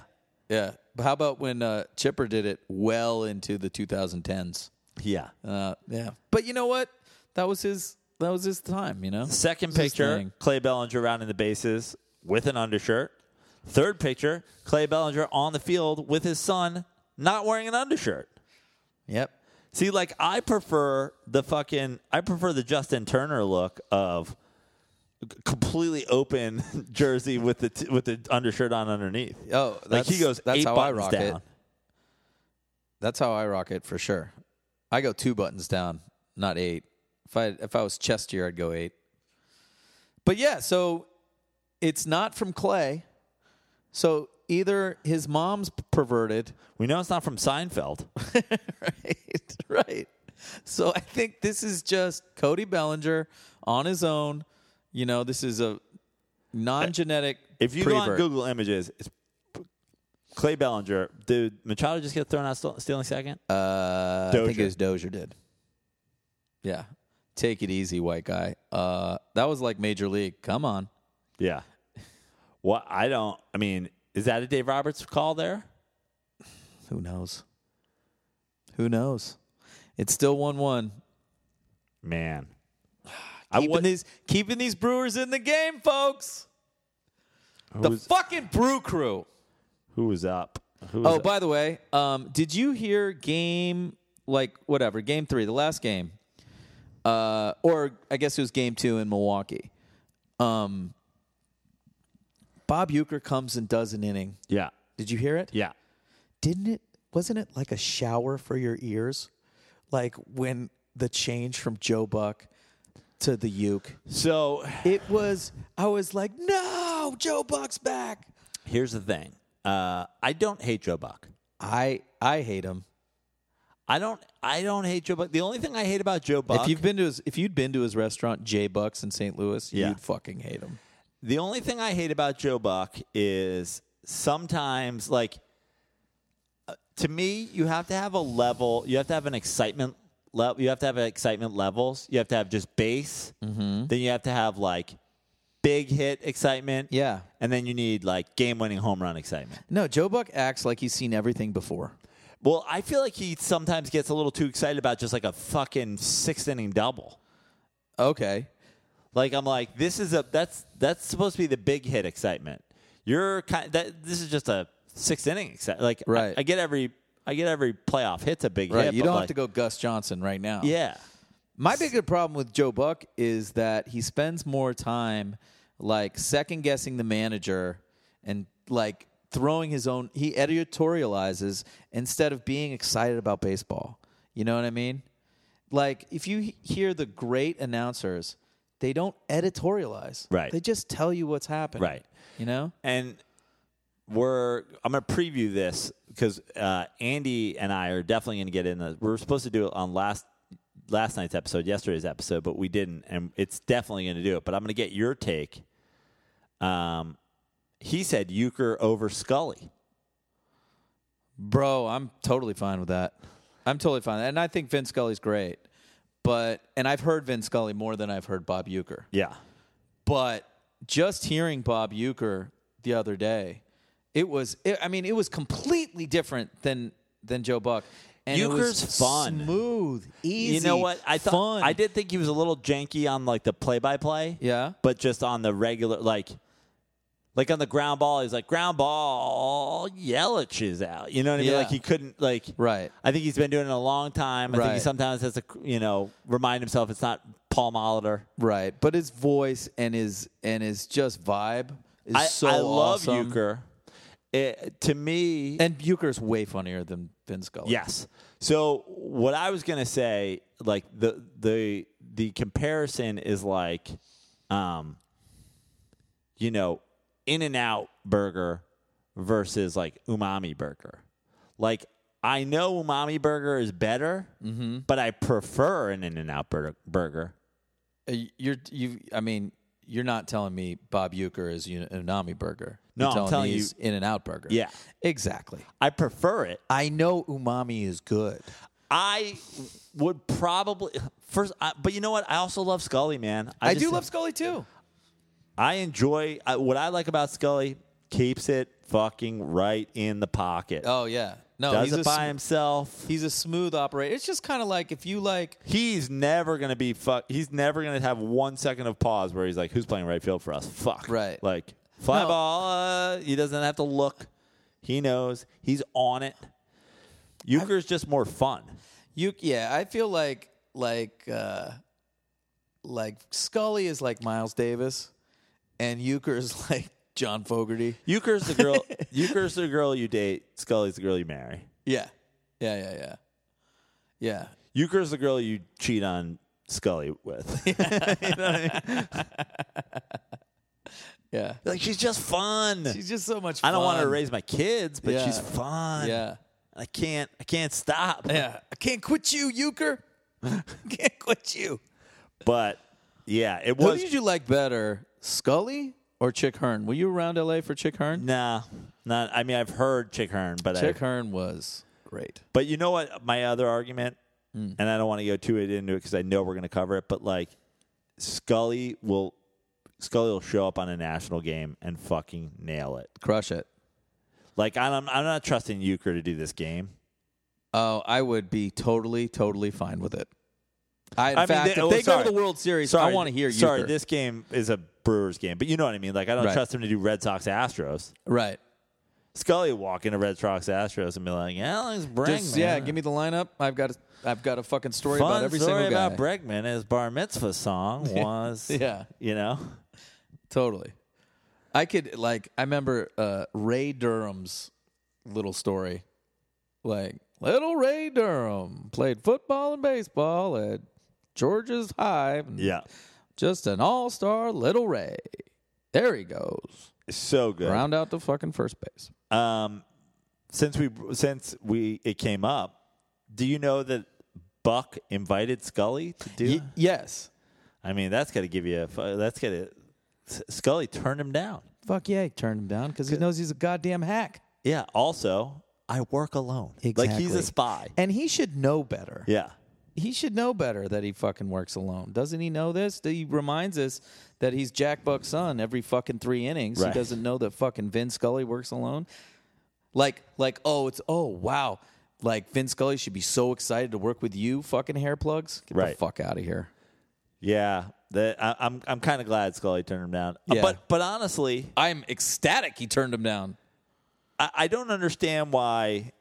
Speaker 2: Yeah. But how about when uh, Chipper did it well into the 2010s?
Speaker 1: Yeah.
Speaker 2: Uh, yeah. But you know what? That was his. That was his time. You know.
Speaker 1: Second
Speaker 2: This is
Speaker 1: picture,
Speaker 2: thing.
Speaker 1: Clay Bellinger rounding the bases with an undershirt. Third picture, Clay Bellinger on the field with his son, not wearing an undershirt.
Speaker 2: Yep.
Speaker 1: See, like I prefer the fucking I prefer the Justin Turner look of c- completely open <laughs> jersey with the t- with the undershirt on underneath.
Speaker 2: Oh, that's,
Speaker 1: like he goes
Speaker 2: That's
Speaker 1: eight
Speaker 2: how I
Speaker 1: buttons
Speaker 2: rock
Speaker 1: down.
Speaker 2: it. That's how I rock it for sure. I go two buttons down, not eight. If I if I was chestier, I'd go eight. But yeah, so it's not from Clay. So either his mom's perverted,
Speaker 1: We know it's not from Seinfeld.
Speaker 2: <laughs> right? Right. So I think this is just Cody Bellinger on his own. You know, this is a non-genetic.
Speaker 1: Uh, If you go on
Speaker 2: prevert.
Speaker 1: Google Images, it's Clay Bellinger. Dude, Machado just get thrown out st- stealing second.
Speaker 2: Uh, I think
Speaker 1: Dozier.
Speaker 2: it was Dozier did. Yeah. Take it easy, white guy. Uh, that was like Major League. Come on.
Speaker 1: Yeah. What I don't. I mean, is that a Dave Roberts call there?
Speaker 2: Who knows? Who knows? It's still one-one.
Speaker 1: Man, I
Speaker 2: <sighs> Keeping
Speaker 1: would.
Speaker 2: these keeping these Brewers in the game, folks. The
Speaker 1: Who's,
Speaker 2: fucking Brew Crew.
Speaker 1: who was up? Who was
Speaker 2: Oh,
Speaker 1: up?
Speaker 2: by the way, um, did you hear game like whatever game three, the last game, uh, or I guess it was game two in Milwaukee? Um, Bob Euchre comes and does an inning.
Speaker 1: yeah,
Speaker 2: Did you hear it?
Speaker 1: yeah.
Speaker 3: Didn't it? Wasn't it like a shower for your ears? Like when the change from Joe Buck to the Uke.
Speaker 1: So
Speaker 3: It was. I was like, no, Joe Buck's back.
Speaker 1: here's the thing. Uh, I don't hate Joe Buck.
Speaker 2: I I hate him.
Speaker 1: I don't. I don't hate Joe Buck. The only thing I hate about Joe Buck.
Speaker 2: If you've been to his, if you'd been to his restaurant J Bucks in St. Louis,
Speaker 1: Yeah.
Speaker 2: you'd fucking hate him.
Speaker 1: The only thing I hate about Joe Buck is sometimes, like, uh, to me, you have to have a level, you have to have an excitement level, you have to have excitement levels. You have to have just base. Then you have to have, like, big hit excitement.
Speaker 2: Yeah.
Speaker 1: And then you need, like, game winning home run excitement.
Speaker 2: No, Joe Buck acts like he's seen everything before.
Speaker 1: Well, I feel like he sometimes gets a little too excited about just, like, a fucking sixth inning double.
Speaker 2: Okay.
Speaker 1: Like I'm like this is a that's that's supposed to be the big hit excitement. You're kind that this is just a sixth inning excitement. Like I-
Speaker 2: Right.
Speaker 1: I, get every I get every playoff hit's a big
Speaker 2: Right.
Speaker 1: hit.
Speaker 2: you
Speaker 1: but,
Speaker 2: don't have
Speaker 1: like,
Speaker 2: to go Gus Johnson right now.
Speaker 1: Yeah,
Speaker 2: My bigger problem with Joe Buck is that he spends more time like second guessing the manager and like throwing his own he editorializes instead of being excited about baseball. You know what I mean? Like if you he- hear the great announcers, they don't editorialize.
Speaker 1: Right.
Speaker 2: They just tell you what's happening.
Speaker 1: Right.
Speaker 2: You know?
Speaker 1: and we're I'm gonna preview this because uh, Andy and I are definitely gonna get in. The, we were supposed to do it on last last night's episode, yesterday's episode, but we didn't, and it's definitely gonna do it. But I'm gonna get your take. Um, he said Euchre over Scully.
Speaker 2: Bro, I'm totally fine with that. I'm totally fine. And I think Vince Scully's great. But and I've heard Vince Scully more than I've heard Bob Euchre.
Speaker 1: Yeah,
Speaker 2: But just hearing Bob Euchre the other day, it was it, I mean, it was completely different than than Joe Buck. And it was
Speaker 1: Euchre's fun.
Speaker 2: smooth, easy.
Speaker 1: You know what? I thought
Speaker 2: fun.
Speaker 1: I did think he was a little janky on like the play-by-play.
Speaker 2: Yeah.
Speaker 1: but just on the regular, like, like on the ground ball, he's like ground ball. Yelich is out. You know what I mean?
Speaker 2: Yeah.
Speaker 1: Like he couldn't like.
Speaker 2: Right.
Speaker 1: I think he's been doing it a long time. I think he
Speaker 2: Right.
Speaker 1: sometimes has to you know remind himself it's not Paul Molitor.
Speaker 2: Right, but his voice and his and his just vibe is
Speaker 1: I,
Speaker 2: so
Speaker 1: I love
Speaker 2: awesome.
Speaker 1: Euchre. It- to me,
Speaker 2: And Euchre's way funnier than Vince Scully.
Speaker 1: Yes. So what I was gonna say, like the the the comparison is like, um, you know, In and Out Burger versus like Umami Burger. Like I know Umami Burger is better,
Speaker 2: Mm-hmm.
Speaker 1: but I prefer an In and Out Burger.
Speaker 2: Uh, You're you. I mean, you're not telling me Bob Euchre is un- an Unami burger.
Speaker 1: No,
Speaker 2: you're
Speaker 1: I'm
Speaker 2: telling
Speaker 1: telling
Speaker 2: me
Speaker 1: you-
Speaker 2: he's In and Out burger.
Speaker 1: Yeah.
Speaker 2: exactly.
Speaker 1: I prefer it.
Speaker 3: I know umami is good.
Speaker 1: I would probably first, I, but you know what? I also love Scully, man.
Speaker 2: I,
Speaker 1: just-
Speaker 2: do love Scully too.
Speaker 1: I enjoy I, what I like about Scully keeps it fucking right in the pocket.
Speaker 2: Oh yeah, no,
Speaker 1: Does
Speaker 2: he's
Speaker 1: it
Speaker 2: a
Speaker 1: by
Speaker 2: sm-
Speaker 1: himself.
Speaker 2: he's a smooth operator. It's just kind of like if you like.
Speaker 1: He's never gonna be fuck. He's never gonna have one second of pause where he's like, "Who's playing right field for us?" Fuck.
Speaker 2: Right.
Speaker 1: Like fly
Speaker 2: No.
Speaker 1: ball. Uh, he doesn't have to look. He knows. He's on it. Euchre's just more fun.
Speaker 2: You yeah, I feel like like uh like Scully is like Miles Davis, and Euchre is <laughs> like John Fogerty.
Speaker 1: Euchre's the girl.
Speaker 2: <laughs>
Speaker 1: Euchre's the girl you date. Scully's the girl you marry.
Speaker 2: Yeah, yeah, yeah, yeah, yeah.
Speaker 1: Euchre's the girl you cheat on Scully with. <laughs>
Speaker 2: Yeah,
Speaker 1: like she's just fun.
Speaker 2: she's just so much.
Speaker 1: I don't want her to
Speaker 2: fun.
Speaker 1: raise my kids, but
Speaker 2: Yeah.
Speaker 1: she's fun.
Speaker 2: Yeah,
Speaker 1: I can't I can't stop.
Speaker 2: yeah. I can't quit you, Euchre. <laughs> can't quit you.
Speaker 1: But yeah, it
Speaker 2: Who
Speaker 1: was
Speaker 2: did you like better, Scully or Chick Hearn? Were you around L.A. for Chick
Speaker 1: <laughs>
Speaker 2: Hearn?
Speaker 1: nah. Not I mean I've heard Chick Hearn, but
Speaker 2: Chick
Speaker 1: I,
Speaker 2: Hearn was great.
Speaker 1: but you know what my other argument
Speaker 2: Mm.
Speaker 1: and I don't want to go too into it cuz I know we're going to cover it, but like Scully will Scully will show up on a national game and fucking nail it.
Speaker 2: Crush it.
Speaker 1: Like I'm, I'm not trusting Euchre to do this game.
Speaker 2: Oh, I would be totally, totally fine with it. I, in
Speaker 1: I mean,
Speaker 2: fact,
Speaker 1: they-
Speaker 2: if
Speaker 1: oh,
Speaker 2: they
Speaker 1: sorry.
Speaker 2: go to the World Series, I want to hear you.
Speaker 1: Sorry, this game is a Brewers game, but you know what I mean. Like I don't
Speaker 2: Right.
Speaker 1: trust him to do Red Sox Astros.
Speaker 2: right.
Speaker 1: Scully would walk into Red Sox Astros and be like, Alex Bregman.
Speaker 2: Just, yeah, give me the lineup. I've got, a, I've got a fucking story
Speaker 1: fun
Speaker 2: about every
Speaker 1: story
Speaker 2: single guy.
Speaker 1: about Bregman. His bar mitzvah song was,
Speaker 2: <laughs> Yeah.
Speaker 1: you know,
Speaker 2: Totally. I could like I remember uh, Ray Durham's little story. Like little Ray Durham played football and baseball at Georgia's High. and
Speaker 1: yeah,
Speaker 2: Just an all-star little Ray. There he goes.
Speaker 1: so good.
Speaker 2: Round out the fucking first base.
Speaker 1: Um, since we since we it came up, do you know that Buck invited Scully to do?
Speaker 2: Y- yes.
Speaker 1: I mean, that's got to give you a. fu- That's got to. Scully turned him down.
Speaker 2: Fuck yeah, he turned him down because he knows he's a goddamn hack.
Speaker 1: Yeah. Also, I work alone. Like he's
Speaker 3: Exactly.
Speaker 1: a spy.
Speaker 2: And he should know better.
Speaker 1: Yeah.
Speaker 2: he should know better that he fucking works alone. Doesn't he know this? He reminds us that he's Jack Buck's son every fucking three innings.
Speaker 1: Right.
Speaker 2: He doesn't know that fucking Vin Scully works alone. Like, like, oh, it's oh wow. Like Vin Scully should be so excited to work with you, fucking hair plugs. Get
Speaker 1: Right.
Speaker 2: the fuck out of here.
Speaker 1: Yeah. That I, I'm. I'm kind of glad Scully turned him down. Uh,
Speaker 2: Yeah.
Speaker 1: But but honestly,
Speaker 2: I'm ecstatic he turned him down.
Speaker 1: I, I don't understand why.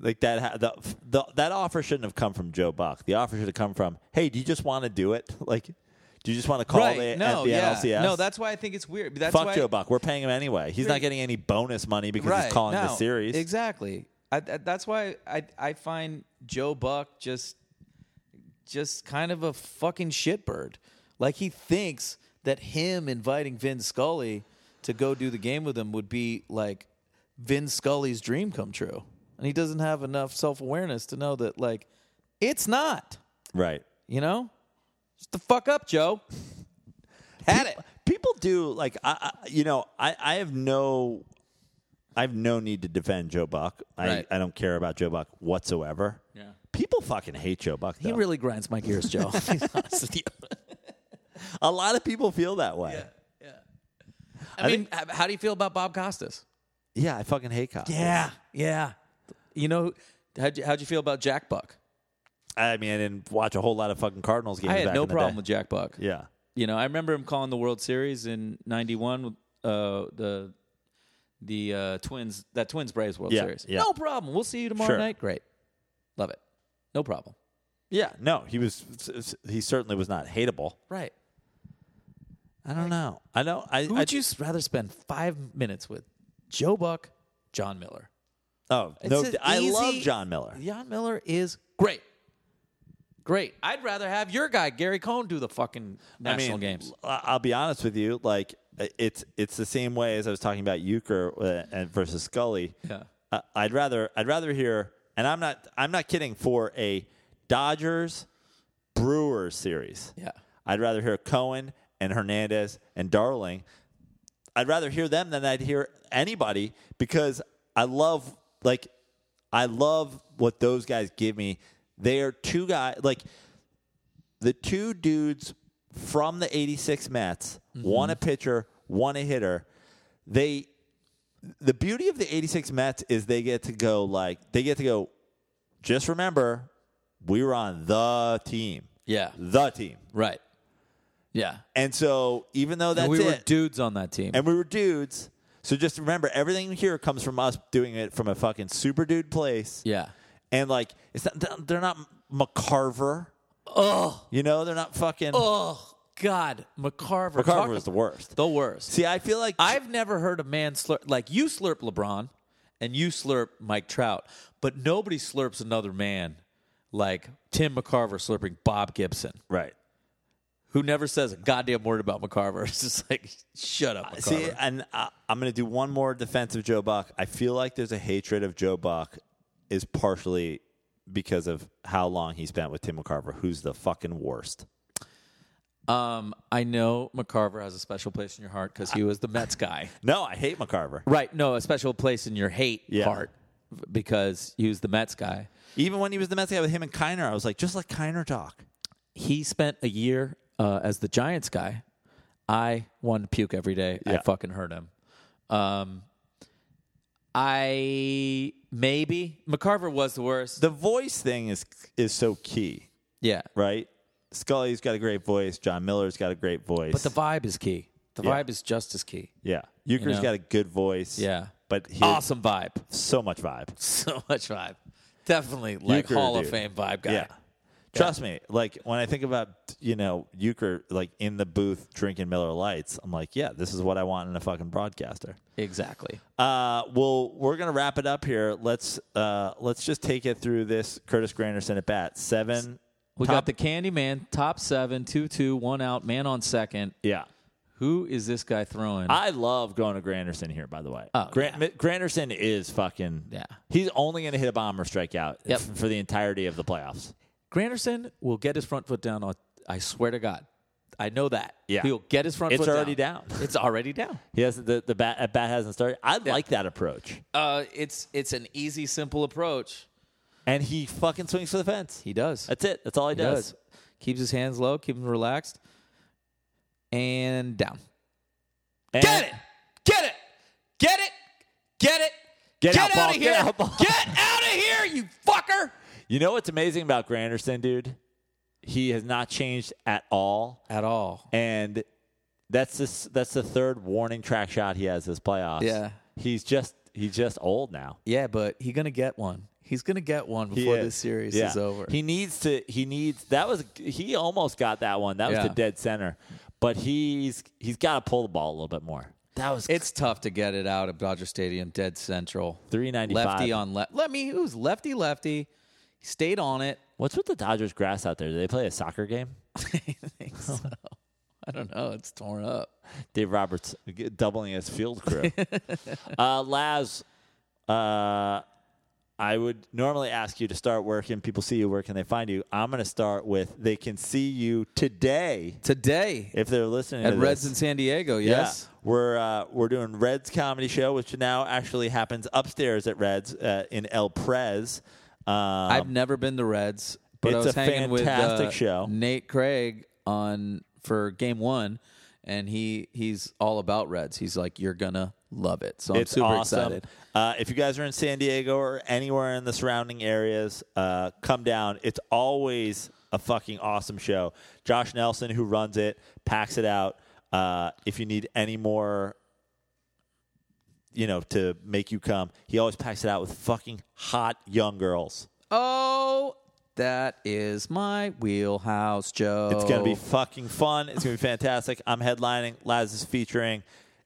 Speaker 1: Like that, ha- the, the that offer shouldn't have come from Joe Buck. The offer should have come from, "Hey, do you just want to do it? <laughs> Like, do you just want to call the,
Speaker 2: No,
Speaker 1: at the
Speaker 2: yeah.
Speaker 1: NLCS?
Speaker 2: No, that's why I think it's weird. That's
Speaker 1: Fuck
Speaker 2: why
Speaker 1: Joe Buck. We're paying him anyway. He's not getting any bonus money because he's calling the
Speaker 2: no,
Speaker 1: series.
Speaker 2: Exactly. I, th- that's why I I find Joe Buck just just kind of a fucking shitbird. Like he thinks that him inviting Vin Scully to go do the game with him would be like Vin Scully's dream come true, and he doesn't have enough self awareness to know that like it's not.
Speaker 1: Right.
Speaker 2: You know, just the fuck up, Joe. <laughs> Had it.
Speaker 1: People do like I, I you know, I, I have no I have no need to defend Joe Buck. I,
Speaker 2: Right.
Speaker 1: I don't care about Joe Buck whatsoever. Yeah. People fucking hate Joe Buck.
Speaker 2: He
Speaker 1: though.
Speaker 2: really grinds my gears, Joe.
Speaker 1: a lot of people feel that way.
Speaker 2: I, mean, h- how do you feel about Bob Costas?
Speaker 1: Yeah, I fucking hate Cox.
Speaker 2: Yeah, yeah. You know, how'd you, how'd you feel about Jack Buck?
Speaker 1: I mean, I didn't watch a whole lot of fucking Cardinals games.
Speaker 2: I had
Speaker 1: back
Speaker 2: no
Speaker 1: in the
Speaker 2: problem
Speaker 1: day.
Speaker 2: with Jack Buck.
Speaker 1: Yeah.
Speaker 2: You know, I remember him calling the World Series in '91. Uh, the the uh, Twins that Twins Braves World
Speaker 1: Yeah,
Speaker 2: Series.
Speaker 1: yeah.
Speaker 2: No problem. We'll see you tomorrow
Speaker 1: Sure.
Speaker 2: night. Great, love it. No problem.
Speaker 1: Yeah. No, he was. He certainly was not hateable.
Speaker 2: Right.
Speaker 1: I don't know. I don't. I.
Speaker 2: Who
Speaker 1: I
Speaker 2: would you s- rather spend five minutes with? Joe Buck, John Miller.
Speaker 1: Oh
Speaker 2: It's
Speaker 1: no!
Speaker 2: an
Speaker 1: I love
Speaker 2: easy-
Speaker 1: John Miller.
Speaker 2: John Miller is great. Great. I'd rather have your guy Gary Cohn do the fucking national games.
Speaker 1: I- I'll be honest with you. Like it's it's the same way as I was talking about Euchre uh, and versus Scully.
Speaker 2: Yeah.
Speaker 1: I- I'd rather I'd rather hear, and I'm not I'm not kidding for a Dodgers Brewers series.
Speaker 2: Yeah.
Speaker 1: I'd rather hear Cohen and Hernandez and Darling. I'd rather hear them than I'd hear anybody because I love like I love what those guys give me. They are two guys like the two dudes from the 86 Mets, one a pitcher, one a hitter. They the beauty of the 86 Mets is they get to go like they get to go just remember we were on the team.
Speaker 2: Yeah.
Speaker 1: The team.
Speaker 2: Right. Yeah.
Speaker 1: And so even though that's
Speaker 2: and we
Speaker 1: it
Speaker 2: were dudes on that team.
Speaker 1: and we were dudes, so just remember everything here comes from us doing it from a fucking super dude place.
Speaker 2: yeah.
Speaker 1: And like it's not they're not McCarver.
Speaker 2: Oh,
Speaker 1: You know, they're not fucking
Speaker 2: oh God. McCarver.
Speaker 1: McCarver
Speaker 2: Talk-
Speaker 1: was the worst.
Speaker 2: the worst.
Speaker 1: See, I feel like
Speaker 2: I've never heard a man slurp like you slurp LeBron and you slurp Mike Trout, but nobody slurps another man like Tim McCarver slurping Bob Gibson.
Speaker 1: right.
Speaker 2: who never says a goddamn word about McCarver. <laughs> It's just like, shut up, McCarver.
Speaker 1: See, and I, I'm going to do one more defense of Joe Buck. I feel like there's a hatred of Joe Buck is partially because of how long he spent with Tim McCarver, who's the fucking worst.
Speaker 2: um, I know McCarver has a special place in your heart because he was the Mets guy.
Speaker 1: No, I hate McCarver.
Speaker 2: right. No, a special place in your hate
Speaker 1: Yeah.
Speaker 2: heart because he was the Mets guy.
Speaker 1: Even when he was the Mets guy with him and Kiner, I was like, just let Kiner talk.
Speaker 2: He spent a year uh, as the Giants guy. I wanted to puke every day.
Speaker 1: Yeah.
Speaker 2: I fucking hurt him. Um, I maybe McCarver was the worst.
Speaker 1: The voice thing is is so key,
Speaker 2: yeah,
Speaker 1: right? Scully's got a great voice. John Miller's got a great voice.
Speaker 2: but the vibe is key. The vibe is just as key.
Speaker 1: yeah, Euchre's
Speaker 2: know?
Speaker 1: got a good voice.
Speaker 2: Yeah.
Speaker 1: but he
Speaker 2: Awesome vibe. <laughs>
Speaker 1: so much vibe.
Speaker 2: So much vibe. Definitely like
Speaker 1: Euchre,
Speaker 2: Hall
Speaker 1: dude.
Speaker 2: of Fame vibe guy.
Speaker 1: Yeah. Trust me, like when I think about you know Euchre like in the booth drinking Miller Lights, I'm like, yeah, this is what I want in a fucking broadcaster.
Speaker 2: Exactly.
Speaker 1: Uh, well, we're gonna wrap it up here. Let's uh, let's just take it through this Curtis Granderson at bat seven.
Speaker 2: We
Speaker 1: top-
Speaker 2: got the Candyman, top seven, two two, one out, man on second.
Speaker 1: Yeah,
Speaker 2: Who is this guy throwing?
Speaker 1: I love going to Granderson here. By the way,
Speaker 2: Oh,
Speaker 1: Gran- Mi- Granderson is fucking.
Speaker 2: Yeah.
Speaker 1: he's only gonna hit a bomb or strike out
Speaker 2: Yep.
Speaker 1: f- for the entirety of the playoffs.
Speaker 2: Granderson will get his front foot down on I swear to God. I know that.
Speaker 1: Yeah.
Speaker 2: He'll get his front
Speaker 1: It's
Speaker 2: foot
Speaker 1: already down.
Speaker 2: It's already down.
Speaker 1: He has the the bat at bat hasn't started. I like that approach,
Speaker 2: Uh, it's it's an easy, simple approach.
Speaker 1: and he fucking swings for the fence.
Speaker 2: He does.
Speaker 1: That's it. That's all he,
Speaker 2: he does. Keeps his hands low, keeps him relaxed. And down.
Speaker 1: And-
Speaker 2: Get it! Get it! Get it! Get it!
Speaker 1: Get out,
Speaker 2: out
Speaker 1: ball.
Speaker 2: of
Speaker 1: Get
Speaker 2: here!
Speaker 1: out, ball.
Speaker 2: Get out of here, you fucker!
Speaker 1: You know what's amazing about Granderson, dude? He has not changed at all,
Speaker 2: At all.
Speaker 1: and that's this. That's the third warning track shot he has this playoffs.
Speaker 2: Yeah.
Speaker 1: he's just he's just old now.
Speaker 2: Yeah, but he's gonna get one. He's gonna get one before
Speaker 1: is.
Speaker 2: this series
Speaker 1: Yeah.
Speaker 2: is over.
Speaker 1: He needs to. He needs. That was. He almost got that one. That was
Speaker 2: Yeah.
Speaker 1: the dead center. But he's he's got to pull the ball a little bit more. That was
Speaker 2: it's tough to get it out of Dodger Stadium, dead central.
Speaker 1: 395.
Speaker 2: Lefty on left. Let me. It was lefty lefty. He stayed on it.
Speaker 1: What's with the Dodgers grass out there? Do they play a soccer game?
Speaker 2: I think so. I don't know. It's torn up.
Speaker 1: Dave Roberts doubling as field
Speaker 2: <laughs>
Speaker 1: crew. uh, Laz, uh, I would normally ask you to start working. People see you. Where can they find you? I'm going to start with they can see you today
Speaker 2: Today
Speaker 1: if they're listening
Speaker 2: at
Speaker 1: to
Speaker 2: Reds
Speaker 1: this.
Speaker 2: in San Diego.
Speaker 1: Yeah.
Speaker 2: Yes.
Speaker 1: we're uh, we're doing Reds comedy show, which now actually happens upstairs at Reds uh, in El Pres. Um,
Speaker 2: I've never been to Reds, but
Speaker 1: It's
Speaker 2: I was
Speaker 1: a
Speaker 2: hanging with
Speaker 1: fantastic
Speaker 2: uh,
Speaker 1: show.
Speaker 2: Nate Craig on for game one, and he he's all about Reds. He's like, you're gonna love it. So I'm
Speaker 1: it's
Speaker 2: super
Speaker 1: awesome.
Speaker 2: excited.
Speaker 1: Uh, if you guys are in San Diego or anywhere in the surrounding areas, uh, come down. It's always a fucking awesome show. Josh Nelson, who runs it, packs it out. Uh, if you need any more, you know, to make you come, he always packs it out with fucking hot young girls.
Speaker 2: Oh, that is my wheelhouse, Joe.
Speaker 1: It's going to be fucking fun. It's going to be fantastic. I'm headlining. Laz is featuring.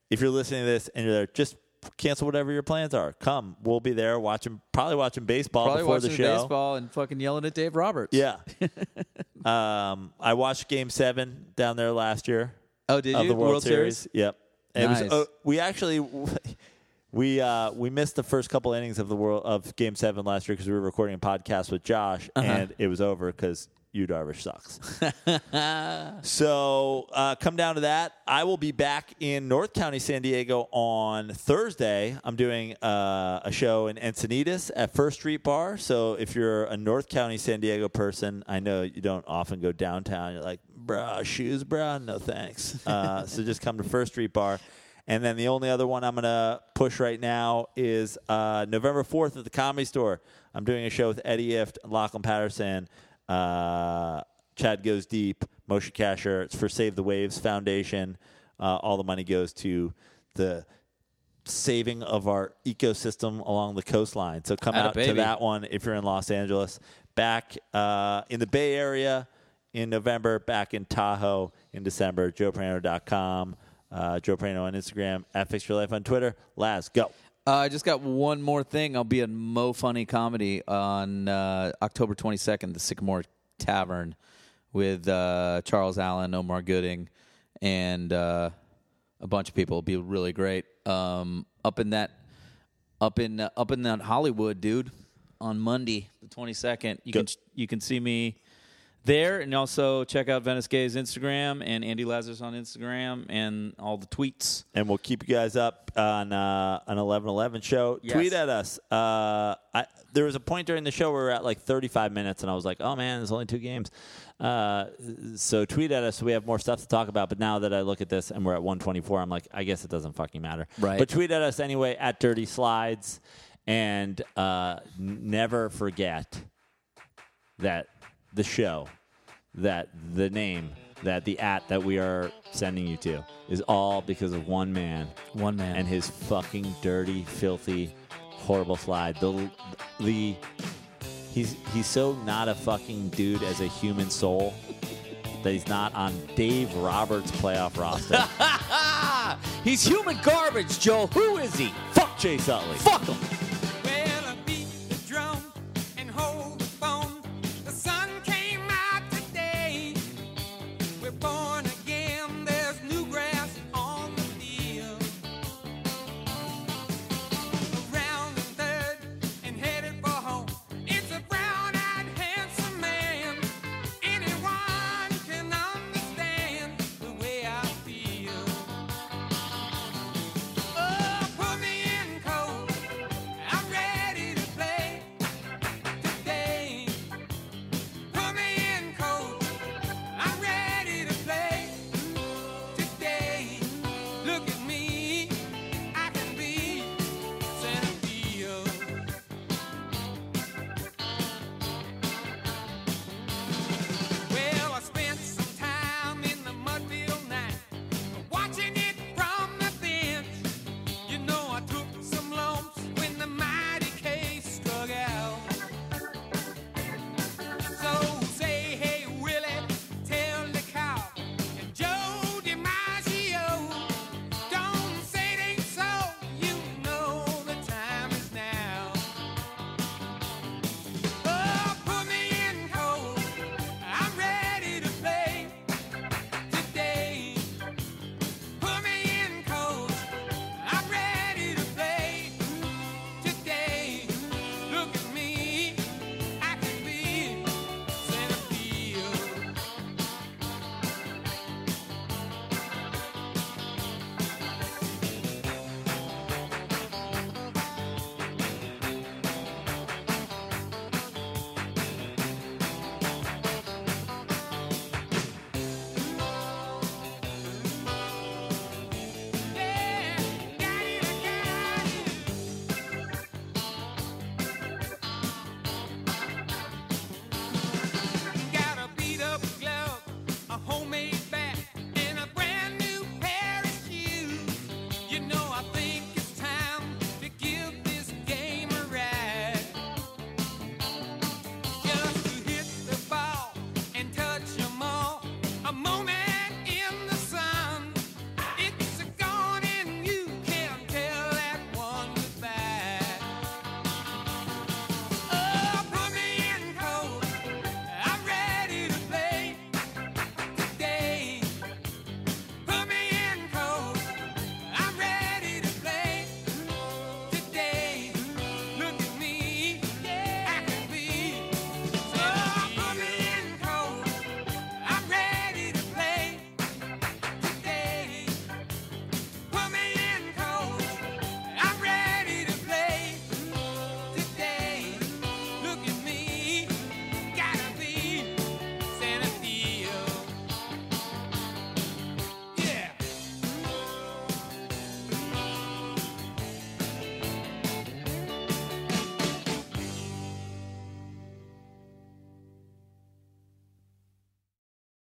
Speaker 1: If you're listening to this and you're there, just cancel whatever your plans are. Come. We'll be there watching, probably watching baseball
Speaker 2: probably
Speaker 1: before
Speaker 2: watching
Speaker 1: the show.
Speaker 2: baseball and fucking yelling at Dave Roberts. <laughs>
Speaker 1: Yeah. um, I watched game seven down there last year
Speaker 2: Oh, did
Speaker 1: of
Speaker 2: you
Speaker 1: the World, Series. Yep. And It
Speaker 2: Nice.
Speaker 1: was, uh, we actually. <laughs> We uh, we missed the first couple innings of the world of Game Seven last year because we were recording a podcast with Josh,
Speaker 2: Uh-huh.
Speaker 1: and it was over because you Darvish sucks. <laughs> So uh, come down to that. I will be back in North County, San Diego on Thursday. I'm doing uh, a show in Encinitas at First Street Bar. So if you're a North County, San Diego person, I know you don't often go downtown. You're like, bruh, shoes, bruh, no thanks. Uh, so just come to First Street Bar. And then the only other one I'm going to push right now is uh, November 4th at the Comedy Store. I'm doing a show with Eddie Ift, Lachlan Patterson. Uh, Chad Goes Deep, Moshe Kasher. It's for Save the Waves Foundation. Uh, all the money goes to the saving of our ecosystem along the coastline. So come
Speaker 2: Atta
Speaker 1: out to
Speaker 2: baby.
Speaker 1: that one if you're in Los Angeles. Back uh, in the Bay Area in November, back in Tahoe in December. JoePrano.com, uh, Joe Prano on Instagram, at Fix Your Life on Twitter. Laz, go.
Speaker 2: Uh, I just got one more thing. I'll be at Mo Funny Comedy on uh, October 22nd, the Sycamore Tavern, with uh, Charles Allen, Omar Gooding, and uh, a bunch of people. It'll be really great. Um, up in that, up in uh, up in that Hollywood, dude. On Monday, the 22nd, you
Speaker 1: Go-
Speaker 2: can you can see me
Speaker 4: there. And also check out Venice Gay's Instagram and Andy Lazarus on Instagram and all the tweets.
Speaker 1: and we'll keep you guys up on uh, an eleven eleven show.
Speaker 4: Yes.
Speaker 1: Tweet at us. Uh, I, there was a point during the show where we were at like thirty five minutes, and I was like, "Oh man, there's only two games." Uh, so tweet at us. so We have more stuff to talk about. But now that I look at this and we're at one twenty four, I'm like, I guess it doesn't fucking matter.
Speaker 2: Right.
Speaker 1: But tweet at us anyway at Dirty Slides, and uh, n- never forget that the show, that the name, that the at that we are sending you to is all because of one man
Speaker 2: One man.
Speaker 1: and his fucking dirty, filthy, horrible slide. The the he's he's so not a fucking dude as a human soul that he's not on Dave Roberts' playoff roster.
Speaker 2: He's human garbage, Joel. <laughs> Who is he?
Speaker 1: Fuck Chase Utley.
Speaker 2: Fuck him.